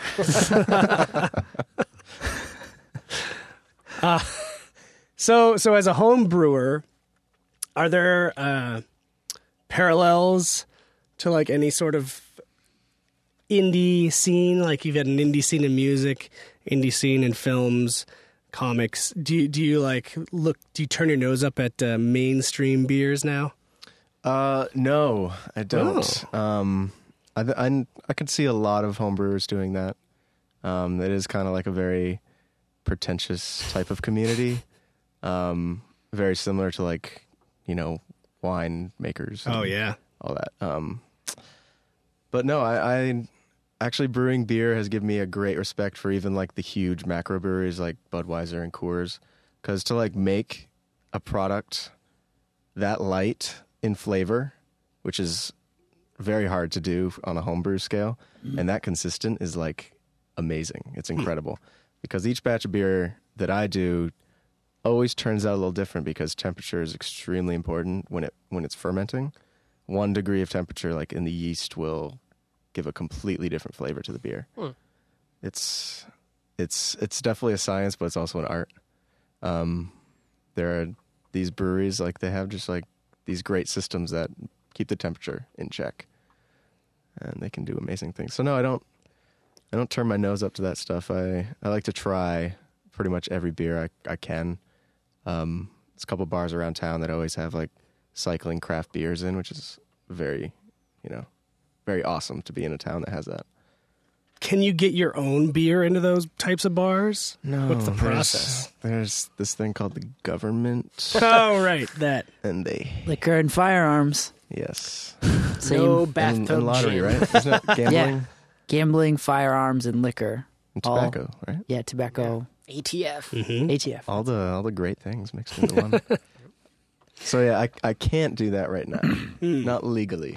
Speaker 1: So, so as a home brewer, are there uh, parallels to like any sort of indie scene? Like you've had an indie scene in music, indie scene in films, comics. Do you, do you like look? Do you turn your nose up at uh, mainstream beers now?
Speaker 2: Uh, no, I don't. Um, I, th- I I could see a lot of homebrewers doing that. Um, that is kind of like a very pretentious type of community. Um, very similar to like you know wine makers. and
Speaker 1: Oh, yeah,
Speaker 2: all that. Um, but no, I, I actually brewing beer has given me a great respect for even like the huge macro breweries like Budweiser and Coors, because to like make a product that light in flavor, which is very hard to do on a homebrew scale, and that consistent is like amazing. It's incredible because each batch of beer that I do always turns out a little different because temperature is extremely important when it when it's fermenting. One degree of temperature, like in the yeast, will give a completely different flavor to the beer.
Speaker 3: Hmm.
Speaker 2: It's it's it's definitely a science, but it's also an art. Um, there are these breweries like they have just like these great systems that keep the temperature in check, and they can do amazing things. So no, I don't I don't turn my nose up to that stuff. I I like to try pretty much every beer I I can. Um, there's a couple bars around town that always have like cycling craft beers in, which is very you know very awesome to be in a town that has that.
Speaker 1: Can you get your own beer into those types of bars?
Speaker 2: No,
Speaker 1: What's the
Speaker 2: there's-
Speaker 1: process?
Speaker 2: There's, this thing called the government,
Speaker 1: oh, right, that.
Speaker 2: and they
Speaker 4: Liquor and firearms.
Speaker 2: yes,
Speaker 4: Same.
Speaker 3: No
Speaker 2: and,
Speaker 3: bathtub
Speaker 2: and lottery,
Speaker 3: gin.
Speaker 2: right? Isn't that gambling
Speaker 4: Yeah. Gambling, firearms, and liquor.
Speaker 2: and
Speaker 4: All-
Speaker 2: tobacco, right?
Speaker 4: Yeah, tobacco,
Speaker 3: ATF.
Speaker 4: ATF.
Speaker 2: All the all the great things mixed into one. so yeah, I I can't do that right now, not legally.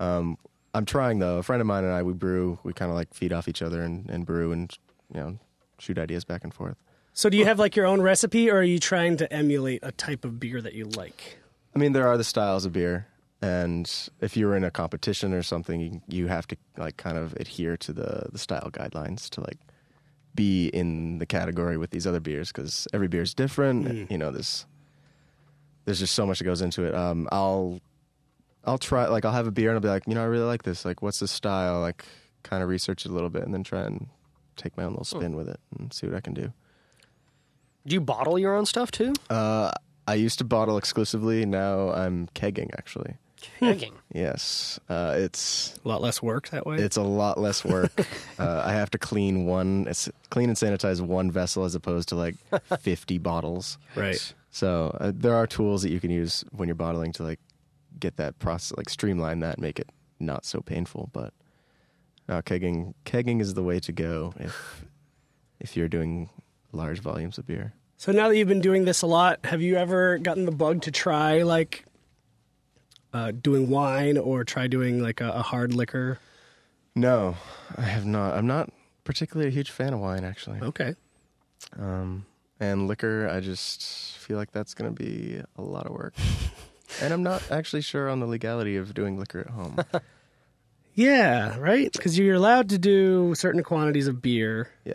Speaker 2: Um, I'm trying though. A friend of mine and I, we brew. We kind of like feed off each other and, and brew and you know shoot ideas back and forth.
Speaker 1: So, do you have like your own recipe, or are you trying to emulate a type of beer that you like?
Speaker 2: I mean, there are the styles of beer, and if you're in a competition or something, you, you have to like kind of adhere to the the style guidelines to like be in the category with these other beers because every beer is different. and, you know, there's there's just so much that goes into it. Um, I'll I'll try like I'll have a beer and I'll be like, you know, I really like this. Like, what's the style? Like, kind of research it a little bit and then try and take my own little spin with it and see what I can do.
Speaker 3: Do you bottle your own stuff too?
Speaker 2: Uh, I used to bottle exclusively. Now I'm kegging actually.
Speaker 3: Kegging.
Speaker 2: Yes, uh, it's
Speaker 1: A lot less work that way.
Speaker 2: it's a lot less work. uh, I have to clean one, it's clean and sanitize one vessel as opposed to like fifty bottles.
Speaker 1: right.
Speaker 2: So uh, there are tools that you can use when you're bottling to like get that process, like streamline that, and make it not so painful. But uh, kegging kegging is the way to go if if you're doing large volumes of beer.
Speaker 1: So now that you've been doing this a lot, have you ever gotten the bug to try like uh, doing wine or try doing like a, a hard liquor?
Speaker 2: No, I have not. I'm not particularly a huge fan of wine, actually.
Speaker 1: Okay.
Speaker 2: Um, and liquor, I just feel like that's going to be a lot of work. and I'm not actually sure on the legality of doing liquor at home.
Speaker 1: Yeah, right. Because you're allowed to do certain quantities of beer.
Speaker 2: Yeah.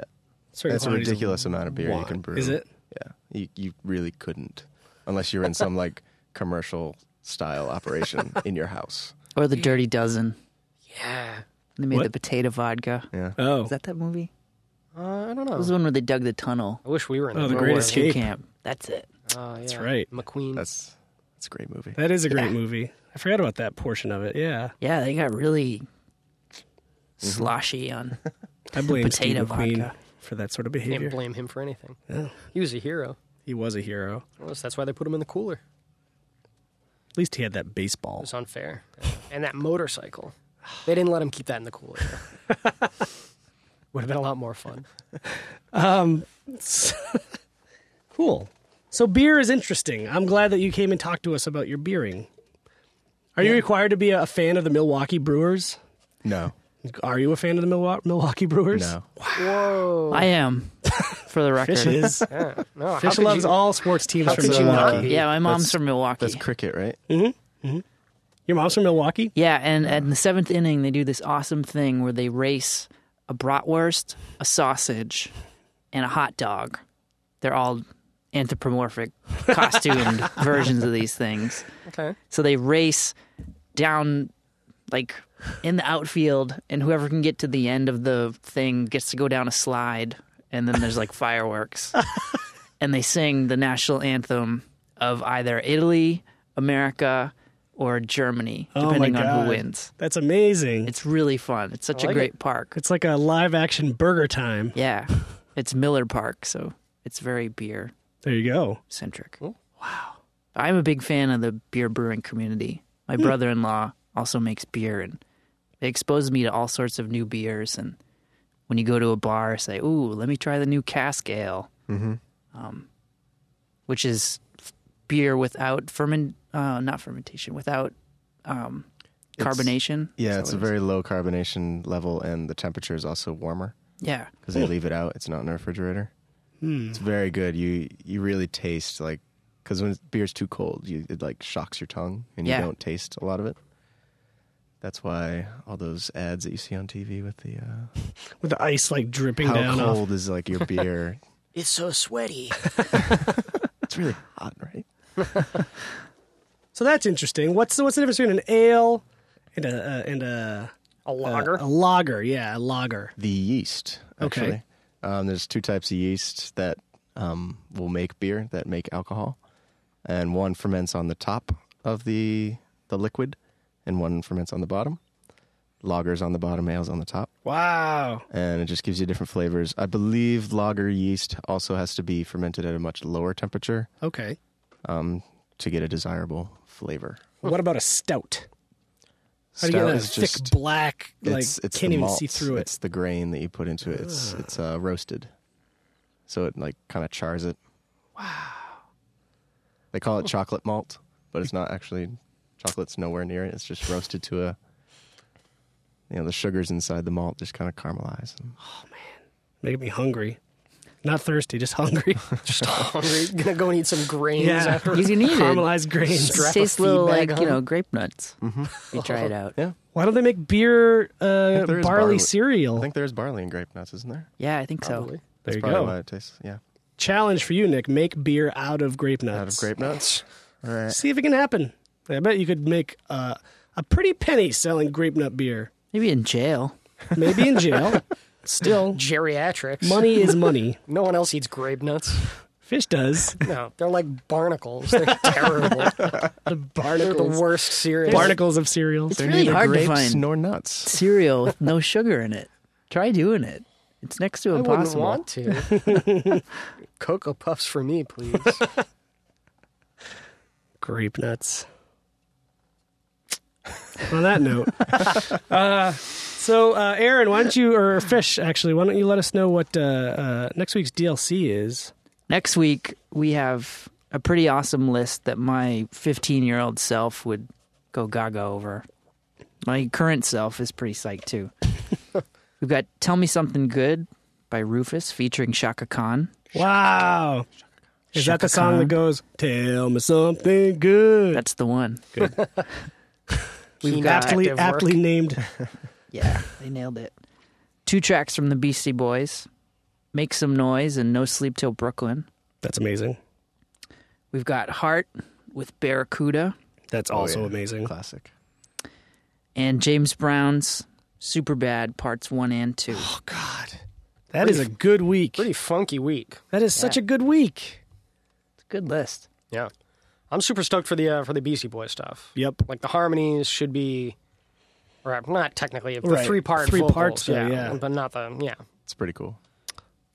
Speaker 1: Certain
Speaker 2: That's a
Speaker 1: quantities of
Speaker 2: ridiculous amount of beer you can
Speaker 1: wine.
Speaker 2: brew.
Speaker 1: Is it?
Speaker 2: Yeah. You, you really couldn't unless you're in some like commercial style operation in your house.
Speaker 4: Or the Dirty Dozen.
Speaker 3: Yeah.
Speaker 4: They made
Speaker 1: What?
Speaker 4: the potato vodka.
Speaker 2: Yeah.
Speaker 1: Oh,
Speaker 4: Is that that movie?
Speaker 3: Uh, I don't
Speaker 4: That was the
Speaker 3: know.
Speaker 4: one where they dug the tunnel.
Speaker 3: I wish we were in
Speaker 1: Oh,
Speaker 3: that
Speaker 1: the
Speaker 3: boat.
Speaker 1: Great
Speaker 4: World War
Speaker 1: Escape.
Speaker 4: II camp. That's it.
Speaker 3: Uh, yeah. That's
Speaker 1: right.
Speaker 3: McQueen.
Speaker 2: That's that's a great movie.
Speaker 1: that is a great
Speaker 4: Yeah.
Speaker 1: movie. I forgot about that portion of it. Yeah,
Speaker 4: Yeah, they got really sloshy on.
Speaker 1: I blame Steve
Speaker 4: Potato
Speaker 1: McQueen
Speaker 4: vodka.
Speaker 1: for that sort of
Speaker 3: Can't
Speaker 1: behavior.
Speaker 3: blame him for anything. He was a hero.
Speaker 1: He was a hero.
Speaker 3: Well, that's why they put him in the cooler.
Speaker 1: At least he had that
Speaker 3: It
Speaker 1: baseball.
Speaker 3: was unfair. and that motorcycle. They didn't let him keep that in the cooler. Would have been a lot more fun.
Speaker 1: Cool. So beer is interesting. I'm glad that you came and talked to us about your beering. Are you required to be a fan of the Milwaukee Brewers?
Speaker 2: No.
Speaker 1: Are you a fan of the Milwa- Milwaukee Brewers?
Speaker 2: No.
Speaker 3: Whoa.
Speaker 4: I am, for the record.
Speaker 1: Fish is.
Speaker 3: Yeah. No, how
Speaker 1: Fish
Speaker 3: could
Speaker 1: loves
Speaker 3: you-
Speaker 1: all sports teams
Speaker 3: how
Speaker 1: from
Speaker 3: could you
Speaker 1: Milwaukee.
Speaker 3: not?
Speaker 4: Yeah, my mom's
Speaker 2: That's-
Speaker 4: from Milwaukee.
Speaker 2: That's cricket, right?
Speaker 1: Your mom's from Milwaukee?
Speaker 4: Yeah, and at the seventh inning, they do this awesome thing where they race a bratwurst, a sausage, and a hot dog. They're all anthropomorphic, costumed versions of these things.
Speaker 3: Okay.
Speaker 4: So they race down, like in the outfield, and whoever can get to the end of the thing gets to go down a slide, and then there's like fireworks. and they sing the national anthem of either Italy, America, or Germany,
Speaker 1: Oh my
Speaker 4: depending on
Speaker 1: God.
Speaker 4: who wins.
Speaker 1: That's amazing. It's,
Speaker 4: It's really fun. It's such
Speaker 3: I
Speaker 4: a
Speaker 3: like
Speaker 4: great park.
Speaker 1: like a live action burger time.
Speaker 4: Yeah. It's Miller Park, so it's very beer
Speaker 1: There you go.
Speaker 2: Hmm.
Speaker 4: centric. Wow. I'm a big fan of the beer brewing community. My brother in law also makes beer, and they exposed me to all sorts of new beers. And when you go to a bar, say, "Ooh, let me try the new cask ale," um,
Speaker 2: Mm-hmm.
Speaker 4: which is f- beer without ferment, uh, not fermentation, without um,
Speaker 2: It's-
Speaker 4: carbonation. Is
Speaker 2: Yeah,
Speaker 4: that
Speaker 2: it's
Speaker 4: what
Speaker 2: a
Speaker 4: it is?
Speaker 2: very low carbonation level, and the temperature is also warmer
Speaker 4: yeah.
Speaker 2: because
Speaker 1: Hmm.
Speaker 2: they leave it out. It's not in a refrigerator.
Speaker 3: Hmm.
Speaker 2: It's very good. You you really taste like because when beer's too cold, you it like shocks your tongue, and
Speaker 4: Yeah.
Speaker 2: you don't taste a lot of it. That's why all those ads that you see on TV with the uh,
Speaker 1: with the ice like dripping
Speaker 2: how
Speaker 1: down off.
Speaker 2: cold is like your beer.
Speaker 3: It's so sweaty.
Speaker 2: it's really hot, right?
Speaker 1: So that's interesting. What's the, what's the difference between an ale and a uh, and a
Speaker 3: A
Speaker 1: a-
Speaker 3: lager.
Speaker 1: A lager, yeah, a lager.
Speaker 2: The yeast.
Speaker 1: Okay.
Speaker 2: Actually. Um, there's two types of yeast that um, will make beer that make alcohol, and one ferments on the top of the the liquid, and one ferments on the bottom. Lagers on the bottom, ales on the top.
Speaker 1: Wow.
Speaker 2: and it just gives you different flavors. I believe lager yeast also has to be fermented at a much lower temperature
Speaker 1: Okay.
Speaker 2: um, to get a desirable flavor.
Speaker 1: What about a stout? How do you get that thick black? Like
Speaker 2: it's, it's
Speaker 1: can't
Speaker 2: the
Speaker 1: even
Speaker 2: malt.
Speaker 1: see through it.
Speaker 2: It's the grain that you put into it. It's it's uh, roasted, so it like kind of chars it. Wow. They call it chocolate malt, but it's not actually chocolate's nowhere near it. It's just roasted to a. You know the sugars inside the malt just kind of caramelize. and-
Speaker 1: Making me hungry. Not thirsty, just hungry.
Speaker 3: Just hungry. Gonna go and eat some grains
Speaker 1: Yeah.
Speaker 3: after.
Speaker 4: Because you need it.
Speaker 1: Caramelized grains.
Speaker 4: It
Speaker 3: Strap a
Speaker 4: tastes a little
Speaker 3: feed bag
Speaker 4: like, you
Speaker 3: on.
Speaker 4: know, grape nuts.
Speaker 2: Mm-hmm.
Speaker 4: You try it out.
Speaker 2: Yeah,
Speaker 1: Why don't they make beer uh,
Speaker 2: think there
Speaker 1: barley,
Speaker 2: is barley.
Speaker 1: cereal?
Speaker 2: I think there's barley and grape nuts, isn't there?
Speaker 4: Yeah, I think
Speaker 3: Probably.
Speaker 4: so.
Speaker 1: there you
Speaker 2: Probably
Speaker 1: go.
Speaker 2: why it tastes yeah
Speaker 1: Challenge for you, Nick. Make beer out of grape nuts.
Speaker 2: out of grape nuts. All right.
Speaker 1: See if it can happen. I bet you could make uh, a pretty penny selling grape nut beer.
Speaker 4: Maybe in jail.
Speaker 1: Maybe in jail. Still,
Speaker 3: Geriatrics.
Speaker 1: money is money.
Speaker 3: No one else eats grape nuts.
Speaker 1: Fish does.
Speaker 3: No, they're like barnacles. They're terrible.
Speaker 1: The
Speaker 3: They're the
Speaker 1: barnacles.
Speaker 3: worst cereal.
Speaker 1: Barnacles of cereals.
Speaker 4: It's really hard to
Speaker 2: grapes
Speaker 4: find
Speaker 2: nor nuts.
Speaker 4: cereal with no sugar in it. Try doing it. It's next to
Speaker 3: I wouldn't
Speaker 4: impossible.
Speaker 3: want to. Cocoa Puffs for me, please.
Speaker 1: Grape nuts. On that note, uh, so uh, Aaron, why don't you or Fish actually? Why don't you let us know what uh, uh, next week's DLC is?
Speaker 4: Next week, we have a pretty awesome list that my 15 year old self would go gaga over. My current self is pretty psyched too. We've got Tell Me Something Good by Rufus featuring Shaka Khan.
Speaker 1: Wow. Is that the
Speaker 4: Shaka
Speaker 1: song that
Speaker 4: Khan.
Speaker 1: goes, Tell me something good?
Speaker 4: That's the one.
Speaker 3: Keen
Speaker 4: got-
Speaker 1: aptly,
Speaker 3: detective work.
Speaker 1: aptly named.
Speaker 4: Yeah, they nailed it. Two tracks from the Beastie Boys Make Some Noise and No Sleep Till Brooklyn.
Speaker 1: That's amazing.
Speaker 4: We've got Heart with Barracuda
Speaker 1: That's also
Speaker 2: yeah.
Speaker 1: amazing.
Speaker 2: Classic.
Speaker 4: and James Brown's Super Bad Parts 1 and 2.
Speaker 1: Oh, God. that is a good week.
Speaker 3: Pretty funky week.
Speaker 1: That is such a good week.
Speaker 4: It's a good list.
Speaker 3: Yeah, I'm super stoked for the uh, for the Beastie Boy stuff.
Speaker 1: Yep.
Speaker 3: Like the harmonies should be, or not technically the
Speaker 1: Right.
Speaker 3: three part
Speaker 1: Three
Speaker 3: vocals,
Speaker 1: parts, though, yeah.
Speaker 3: but not the yeah.
Speaker 2: It's pretty cool.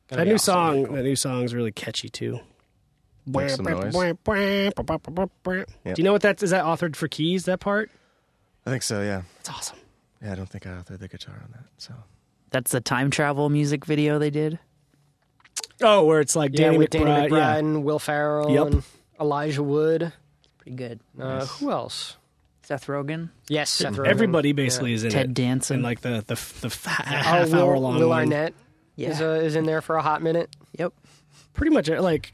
Speaker 1: That new song, that new song's really catchy too.
Speaker 2: Make some noise.
Speaker 1: Do you know what that is? That authored for keys? That part?
Speaker 2: I think so. Yeah.
Speaker 1: That's awesome.
Speaker 2: Yeah. I don't think I authored the guitar on that. So
Speaker 4: That's the time travel music video they did.
Speaker 1: Oh, where it's like
Speaker 3: Yeah,
Speaker 1: Danny,
Speaker 3: with
Speaker 1: McBride,
Speaker 3: Danny McBride
Speaker 1: yeah.
Speaker 3: and Will Farrell
Speaker 1: Yep.
Speaker 3: and Elijah Wood.
Speaker 4: Pretty good.
Speaker 3: Uh, Who else?
Speaker 4: Seth Rogen,
Speaker 3: Yes, Seth Rogen.
Speaker 1: Everybody basically is in
Speaker 4: Ted
Speaker 1: it.
Speaker 4: Danson.
Speaker 1: And like the the the f-
Speaker 3: Oh,
Speaker 1: half
Speaker 3: Will,
Speaker 1: hour long
Speaker 3: Will
Speaker 1: one.
Speaker 3: Arnett
Speaker 4: Yeah.
Speaker 3: is uh, is in there for a hot minute.
Speaker 4: yep.
Speaker 1: Pretty much uh, like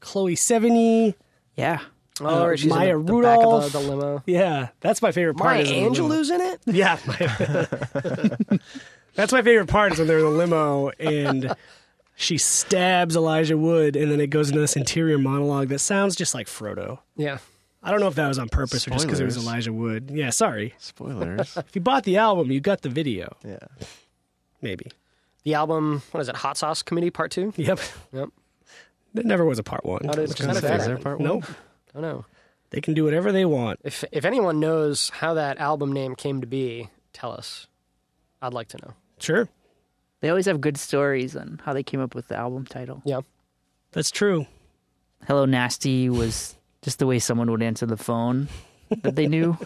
Speaker 1: Chloe Sevigny.
Speaker 4: Yeah.
Speaker 3: Oh,
Speaker 1: Uh,
Speaker 3: or she's
Speaker 1: Maya
Speaker 3: in the, the back
Speaker 1: Rudolph.
Speaker 3: of the, the limo.
Speaker 1: Yeah, that's my favorite part.
Speaker 3: Maya
Speaker 1: is when the limo-
Speaker 3: Angelou's in it.
Speaker 1: Yeah. That's my favorite part is when they're in the limo and she stabs Elijah Wood and then it goes into this interior monologue that sounds just like Frodo.
Speaker 3: Yeah,
Speaker 1: I don't know if that was on purpose or just because it was
Speaker 2: Spoilers.
Speaker 1: Elijah Wood. Yeah, sorry.
Speaker 2: spoilers.
Speaker 1: If you bought the album, you got the video,
Speaker 2: yeah.
Speaker 1: maybe.
Speaker 3: the album. What is it? Hot Sauce Committee Part Two.
Speaker 1: Yep.
Speaker 3: Yep.
Speaker 1: There never was a part one.
Speaker 3: How does-
Speaker 1: Which
Speaker 3: how
Speaker 1: is
Speaker 3: does
Speaker 1: fair.
Speaker 3: that happen?
Speaker 2: part
Speaker 1: Nope.
Speaker 3: I don't know.
Speaker 1: They can do whatever they want.
Speaker 3: If if anyone knows how that album name came to be, tell us. I'd like to know.
Speaker 1: Sure.
Speaker 4: They always have good stories on how they came up with the album title.
Speaker 3: Yeah.
Speaker 1: That's true.
Speaker 4: Hello Nasty was just the way someone would answer the phone that they knew.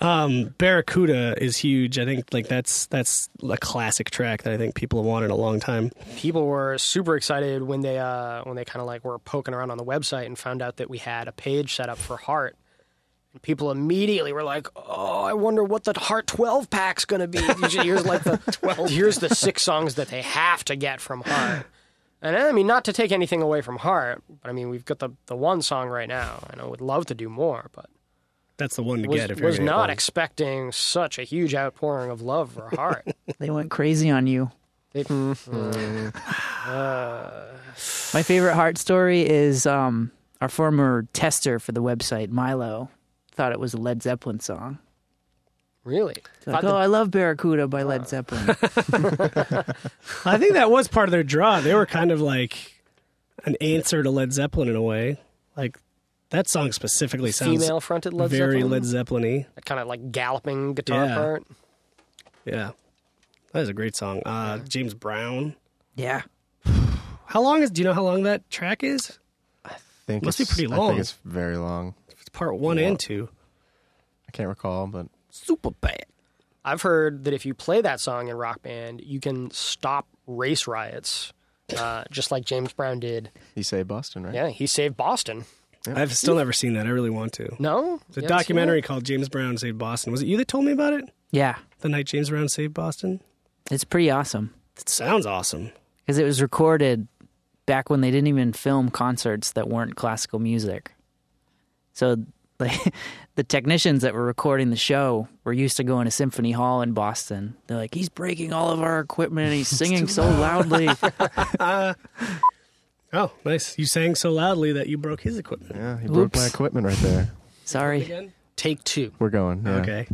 Speaker 1: Um, Barracuda is huge. I think like that's that's a classic track that I think people have wanted a long time.
Speaker 3: People were super excited when they uh, when they kind of like were poking around on the website and found out that we had a page set up for Heart. And people immediately were like, "Oh, I wonder what the Heart 12 pack's going to be." Here's like the 12. Here's the six songs that they have to get from Heart. And I mean, not to take anything away from Heart, but I mean, we've got the the one song right now, and I would love to do more, but
Speaker 1: That's the one to
Speaker 3: was,
Speaker 1: get. If you're
Speaker 3: was
Speaker 1: gonna get
Speaker 3: not
Speaker 1: one.
Speaker 3: expecting such a huge outpouring of love for Heart.
Speaker 4: they went crazy on you.
Speaker 3: They-
Speaker 4: My favorite heart story is um, our former tester for the website, Milo, thought it was a Led Zeppelin song.
Speaker 3: really?
Speaker 4: He's Like,
Speaker 3: Thought
Speaker 4: oh, I love Barracuda by Led Zeppelin.
Speaker 1: I think that was part of their draw. They were kind of like an answer to Led Zeppelin in a way. Like that song specifically
Speaker 3: the
Speaker 1: sounds
Speaker 3: female fronted Led
Speaker 1: very
Speaker 3: Zeppelin.
Speaker 1: Led Zeppelin-y.
Speaker 3: that kind of like galloping guitar
Speaker 1: Yeah.
Speaker 3: part.
Speaker 1: Yeah, that is a great song. Uh, James Brown.
Speaker 4: yeah.
Speaker 1: How long is? Do you know how long that track is?
Speaker 2: think
Speaker 1: Must be
Speaker 2: it's-
Speaker 1: pretty
Speaker 2: I
Speaker 1: long.
Speaker 2: think it's very long.
Speaker 1: It's part one and two.
Speaker 2: I can't recall, but
Speaker 1: Super bad.
Speaker 3: I've heard that if you play that song in Rock Band, you can stop race riots, uh, just like James Brown did.
Speaker 2: you say Boston, right?
Speaker 3: Yeah, he saved Boston.
Speaker 1: I've still never seen that. I really want to.
Speaker 3: No,
Speaker 1: It's a documentary called James Brown Saved Boston. Was it you that told me about it?
Speaker 4: Yeah.
Speaker 1: The night James Brown saved Boston?
Speaker 4: It's pretty awesome
Speaker 1: It sounds awesome.
Speaker 4: because it was recorded back when they didn't even film concerts that weren't classical music. So like, the technicians that were recording the show were used to going to Symphony Hall in Boston. They're like, he's breaking all of our equipment and he's singing so loudly.
Speaker 1: Oh, nice. You sang so loudly that you broke his equipment.
Speaker 2: Yeah, he broke my
Speaker 4: Oops.
Speaker 2: equipment right there.
Speaker 4: Sorry.
Speaker 3: Take Two.
Speaker 2: We're going. Yeah.
Speaker 1: Okay.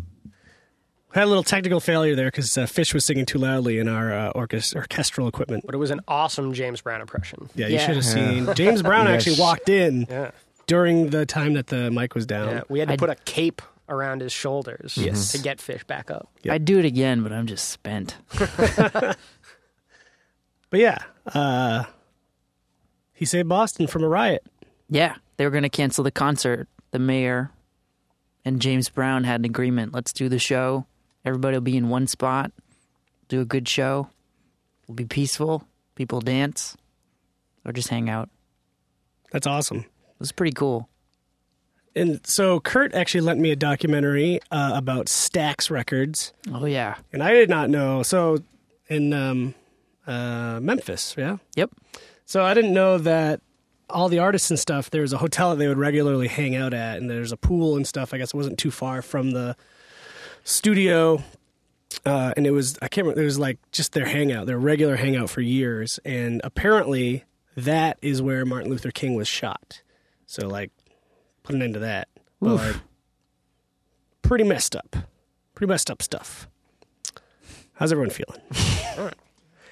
Speaker 1: Had a little technical failure there because uh, Fish was singing too loudly in our uh, orchest- orchestral equipment.
Speaker 3: But it was an awesome James Brown impression.
Speaker 1: Yeah, you
Speaker 4: Yeah.
Speaker 1: should have seen. James Brown
Speaker 2: You guys
Speaker 1: actually
Speaker 2: sh-
Speaker 1: walked in
Speaker 3: Yeah,
Speaker 1: during the time that the mic was down.
Speaker 3: yeah. We had to
Speaker 4: I-
Speaker 3: put a cape around his shoulders
Speaker 1: Yes.
Speaker 3: to get Fish back up.
Speaker 1: Yep.
Speaker 4: I'd do it again, but I'm just spent.
Speaker 1: But yeah, uh, he saved Boston from a riot.
Speaker 4: Yeah, they were going to cancel the concert. The mayor and James Brown had an agreement. Let's do the show. Everybody will be in one spot. Do a good show. We'll be peaceful. People dance or just hang out.
Speaker 1: That's awesome.
Speaker 4: It was pretty cool.
Speaker 1: And so Kurt actually lent me a documentary uh, about Stax Records.
Speaker 4: Oh yeah.
Speaker 1: and I did not know. So in um, uh, Memphis, yeah.
Speaker 4: Yep.
Speaker 1: So I didn't know that all the artists and stuff. There was a hotel that they would regularly hang out at, and there's a pool and stuff. I guess it wasn't too far from the studio. Uh, and it was I can't remember. It was like just their hangout, their regular hangout for years. And apparently, that is where Martin Luther King was shot. So like, put an end to that. But, like, pretty messed up, pretty messed up stuff. How's everyone feeling?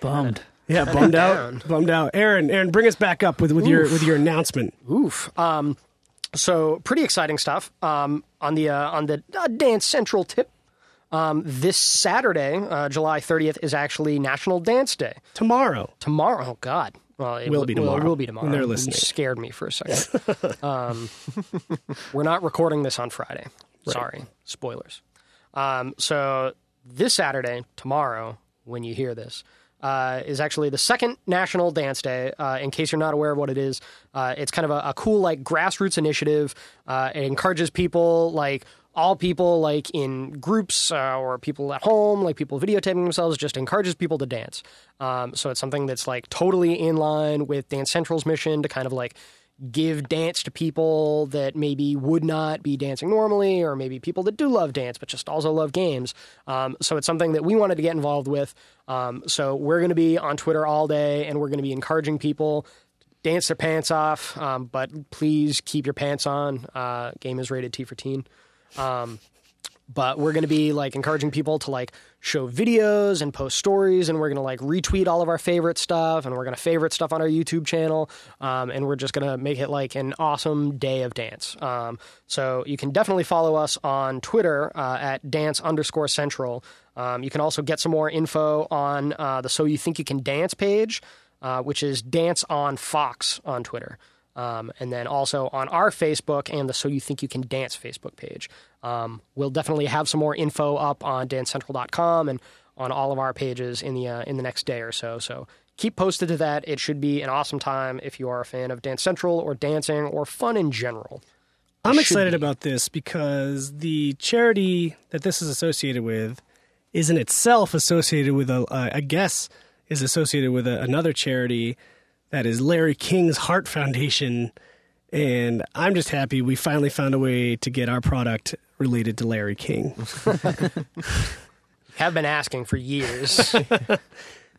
Speaker 4: Bummed.
Speaker 1: Yeah, bummed
Speaker 3: down.
Speaker 1: out. Bummed out. Aaron, Aaron, bring us back up with, with your with your announcement.
Speaker 3: Oof. Um, so pretty exciting stuff. Um, on the uh, on the uh, Dance Central tip, um, this Saturday, uh, July 30th, is actually National Dance Day.
Speaker 1: Tomorrow.
Speaker 3: Tomorrow, oh God, well, it
Speaker 1: Will be tomorrow.
Speaker 3: It will be tomorrow.
Speaker 1: When they're
Speaker 3: You
Speaker 1: listening.
Speaker 3: scared me for a second. um, we're not recording this on Friday. Sorry, spoilers. Um, so this Saturday, tomorrow, when you hear this, uh, is actually the second National Dance Day. Uh, in case you're not aware of what it is, uh, it's kind of a, a cool like grassroots initiative. Uh, it encourages people like all people like in groups uh, or people at home, like people videotaping themselves, just encourages people to dance. Um, so it's something that's like totally in line with Dance Central's mission to kind of like give dance to people that maybe would not be dancing normally, or maybe people that do love dance but just also love games. Um, so it's something that we wanted to get involved with. Um, so we're going to be on Twitter all day, and we're going to be encouraging people to dance their pants off. Um, but please keep your pants on. Uh, game is rated T for teen but we're going to be like encouraging people to like show videos and post stories and we're going to like retweet all of our favorite stuff and we're going to favorite stuff on our youtube channel um, and we're just going to make it like an awesome day of dance um, so you can definitely follow us on twitter uh, at dance underscore central um, you can also get some more info on uh, the so you think you can dance page uh, which is dance on fox on twitter Um, and then also on our Facebook and the So You Think You Can Dance Facebook page. Um, we'll definitely have some more info up on dancecentral.com and on all of our pages in the uh, in the next day or so. So keep posted to that. It should be an awesome time if you are a fan of Dance Central or dancing or fun in general.
Speaker 1: I'm
Speaker 3: should
Speaker 1: excited
Speaker 3: be.
Speaker 1: about this because the charity that this is associated with is in itself associated with a, uh, I guess, is associated with a, another charity that is Larry King's Heart Foundation. And I'm just happy we finally found a way to get our product related to Larry King.
Speaker 3: Have been asking for years.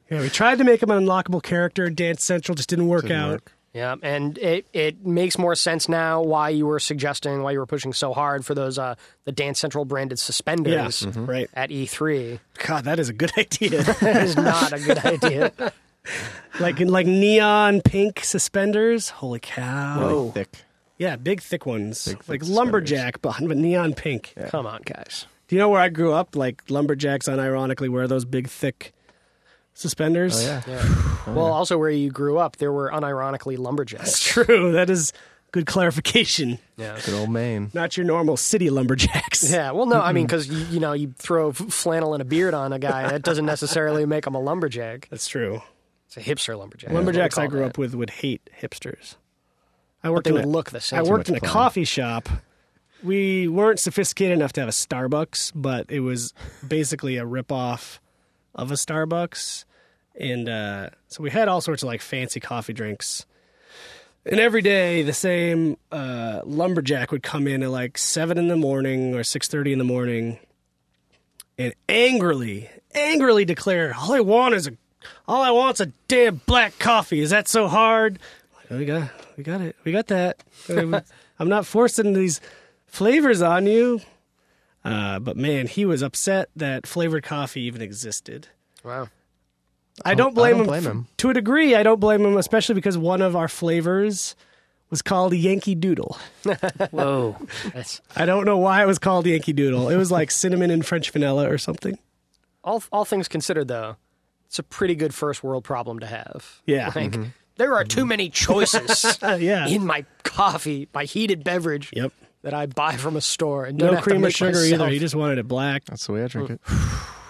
Speaker 1: Yeah, we tried to make him an unlockable character. Dance Central just didn't work
Speaker 2: Didn't
Speaker 1: out.
Speaker 2: work.
Speaker 3: Yeah, and it, it makes more sense now why you were suggesting why you were pushing so hard for those uh, the Dance Central branded suspenders
Speaker 1: Yeah, Mm-hmm. right.
Speaker 3: at E3
Speaker 1: God, that is a good idea.
Speaker 3: is not a good idea.
Speaker 1: like like neon pink suspenders. Holy cow!
Speaker 2: Really thick.
Speaker 1: Yeah, big thick ones,
Speaker 2: Big, thick
Speaker 1: like
Speaker 2: suspenders.
Speaker 1: lumberjack, but but neon pink.
Speaker 3: Come on, guys.
Speaker 1: Do you know where I grew up? Like lumberjacks, unironically wear those big thick suspenders.
Speaker 2: Oh, yeah.
Speaker 3: Well, also where you grew up, there were unironically lumberjacks.
Speaker 1: it's true. That is good clarification.
Speaker 3: Yeah.
Speaker 2: Good old Maine.
Speaker 1: Not your normal city lumberjacks.
Speaker 3: Yeah, well, no, I mean, because you, you know, you throw f- flannel and a beard on a guy, that doesn't necessarily make him a lumberjack.
Speaker 1: that's true.
Speaker 3: It's a hipster lumberjack.
Speaker 1: lumberjacks I grew up with would hate hipsters. I
Speaker 3: But
Speaker 1: worked
Speaker 3: they
Speaker 1: in
Speaker 3: would
Speaker 1: a-
Speaker 3: look the same.
Speaker 1: I worked in a
Speaker 2: fun.
Speaker 1: coffee shop. We weren't sophisticated enough to have a Starbucks, but it was basically a ripoff of a Starbucks. And uh, so we had all sorts of like fancy coffee drinks. And every day, the same uh, lumberjack would come in at like seven in the morning or six thirty in the morning, and angrily, angrily declare, "All I want is a, all I want's a damn black coffee. Is that so hard?" Like, we got, we got it, we got that. I'm not forcing these flavors on you. Uh, but man, he was upset that flavored coffee even existed.
Speaker 3: Wow.
Speaker 1: I don't
Speaker 2: I
Speaker 1: blame,
Speaker 2: don't
Speaker 1: him,
Speaker 2: blame
Speaker 1: f-
Speaker 2: him.
Speaker 1: To a degree, I don't blame him, especially because one of our flavors was called Yankee Doodle.
Speaker 4: Whoa.
Speaker 3: That's,
Speaker 1: I don't know why it was called Yankee Doodle. It was like cinnamon and French vanilla or something.
Speaker 3: all, all things considered, though, it's a pretty good first world problem to have.
Speaker 1: Yeah.
Speaker 3: Like, there are too many choices
Speaker 1: Uh, yeah.
Speaker 3: in my coffee, my heated beverage
Speaker 1: Yep.
Speaker 3: that I buy from a store. And don't
Speaker 1: No
Speaker 3: have to
Speaker 1: cream or
Speaker 3: make
Speaker 1: sugar either.
Speaker 3: myself.
Speaker 1: He just wanted it black.
Speaker 2: That's the way I drink it.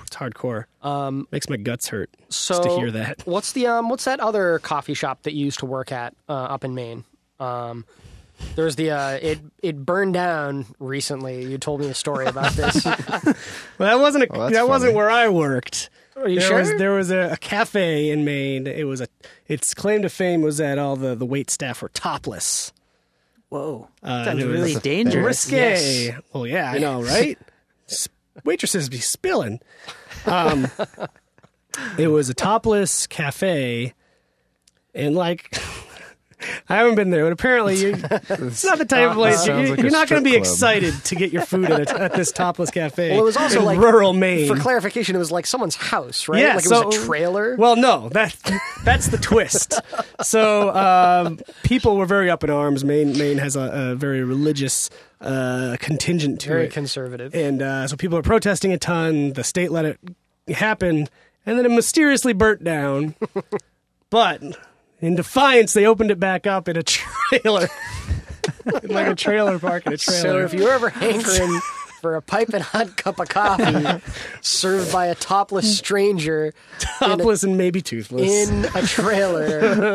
Speaker 1: It's hardcore.
Speaker 3: Um,
Speaker 1: Makes my guts hurt
Speaker 3: so
Speaker 1: just to hear that.
Speaker 3: What's the um? What's that other coffee shop that you used to work at uh, up in Maine? Um, there's the uh, it it burned down recently. You told me a story about this. Are
Speaker 1: Well, that wasn't a,
Speaker 2: Oh, that's
Speaker 1: that wasn't
Speaker 2: funny.
Speaker 1: where I worked.
Speaker 3: Oh, you
Speaker 1: there
Speaker 3: sure?
Speaker 1: was there was a, a cafe in Maine. It was a its claim to fame was that all the the wait staff were topless.
Speaker 4: Whoa.
Speaker 1: Uh, and
Speaker 4: That's
Speaker 1: it was-
Speaker 4: really dangerous.
Speaker 1: risque. Well, yeah, I know, right? S- Waitresses be spilling. Um, it was a topless cafe, and like, I haven't been there, but apparently you, it's not the type
Speaker 3: Uh-huh.
Speaker 1: of place you,
Speaker 2: sounds like a
Speaker 1: are not going to be
Speaker 2: strip club.
Speaker 1: excited to get your food at, a, at this topless cafe.
Speaker 3: Well, it was also
Speaker 1: in
Speaker 3: like-
Speaker 1: rural Maine.
Speaker 3: For clarification, it was like someone's house, right?
Speaker 1: Yeah,
Speaker 3: like it
Speaker 1: so,
Speaker 3: was a trailer.
Speaker 1: Well, no, that that's the twist. so um, people were very up in arms. Maine, Maine has a, a very religious uh, contingent to
Speaker 3: very
Speaker 1: it,
Speaker 3: conservative.
Speaker 1: and uh, so people are protesting a ton. The state let it happen, and then it mysteriously burnt down. but in defiance, they opened it back up in a trailer, In like a trailer park in a trailer.
Speaker 3: so if you're ever hankering for a piping hot cup of coffee served by a topless stranger
Speaker 1: topless and maybe toothless,
Speaker 3: in a trailer,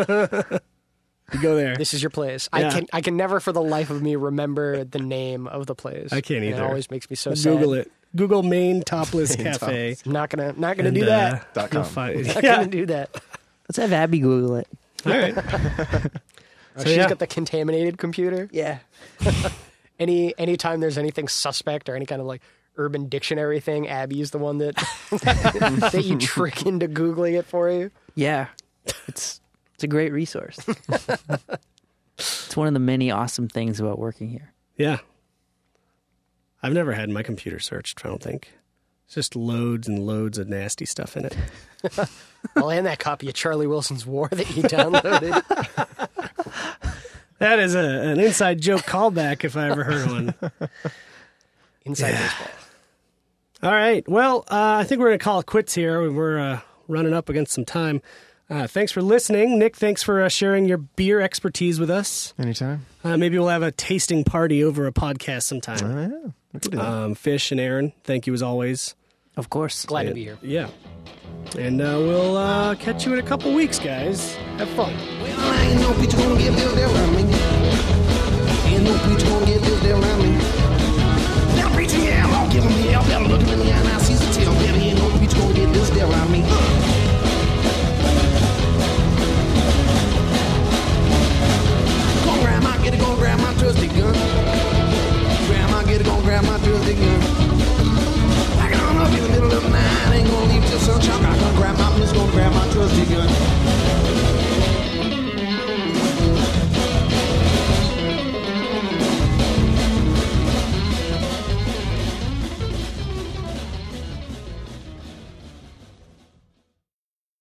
Speaker 1: you go there.
Speaker 3: this is your place.
Speaker 1: Yeah.
Speaker 3: I can I can never for the life of me remember the name of the place.
Speaker 1: I can't
Speaker 3: And
Speaker 1: either.
Speaker 3: It always makes me so sad.
Speaker 1: Google it. Google Maine topless cafe.
Speaker 3: I'm not gonna not gonna
Speaker 1: And,
Speaker 3: do
Speaker 1: uh,
Speaker 3: that.
Speaker 2: Dot
Speaker 1: you'll
Speaker 2: com.
Speaker 1: find-
Speaker 3: Not
Speaker 1: yeah.
Speaker 3: gonna do that.
Speaker 4: Let's have Abby Google it.
Speaker 1: All right.
Speaker 3: She's
Speaker 1: yeah.
Speaker 3: got the contaminated computer.
Speaker 4: Yeah.
Speaker 3: Any anytime there's anything suspect or any kind of like urban dictionary thing, Abby's the one that that you trick into googling it for you.
Speaker 4: Yeah. It's it's a great resource. it's one of the many awesome things about working here.
Speaker 1: Yeah. I've never had my computer searched, I don't think. It's just loads and loads of nasty stuff in it.
Speaker 3: I'll hand Oh, that copy of Charlie Wilson's War that you downloaded.
Speaker 1: That is a, an inside joke callback if I ever heard one.
Speaker 3: Inside baseball.
Speaker 1: All right. Well, uh, I think we're going to call it quits here. We're uh, running up against some time. Uh, thanks for listening. Nick, thanks for uh, sharing your beer expertise with us.
Speaker 2: Anytime.
Speaker 1: Uh, maybe we'll have a tasting party over a podcast sometime.
Speaker 2: Oh, yeah. We could do that.
Speaker 1: Um, Fish and Aaron, thank you as always.
Speaker 4: Of course.
Speaker 3: Glad to be here.
Speaker 1: Yeah. And uh, we'll uh, catch you in a couple weeks, guys.
Speaker 3: Have fun.
Speaker 5: Well, I ain't no bitch gonna get built around me. Ain't no bitch gonna get built around me. Now, preacher, yeah, I'm gonna give him hell. Better look him in the eye and I seize the tail. Baby, ain't no bitch gonna get this there around me.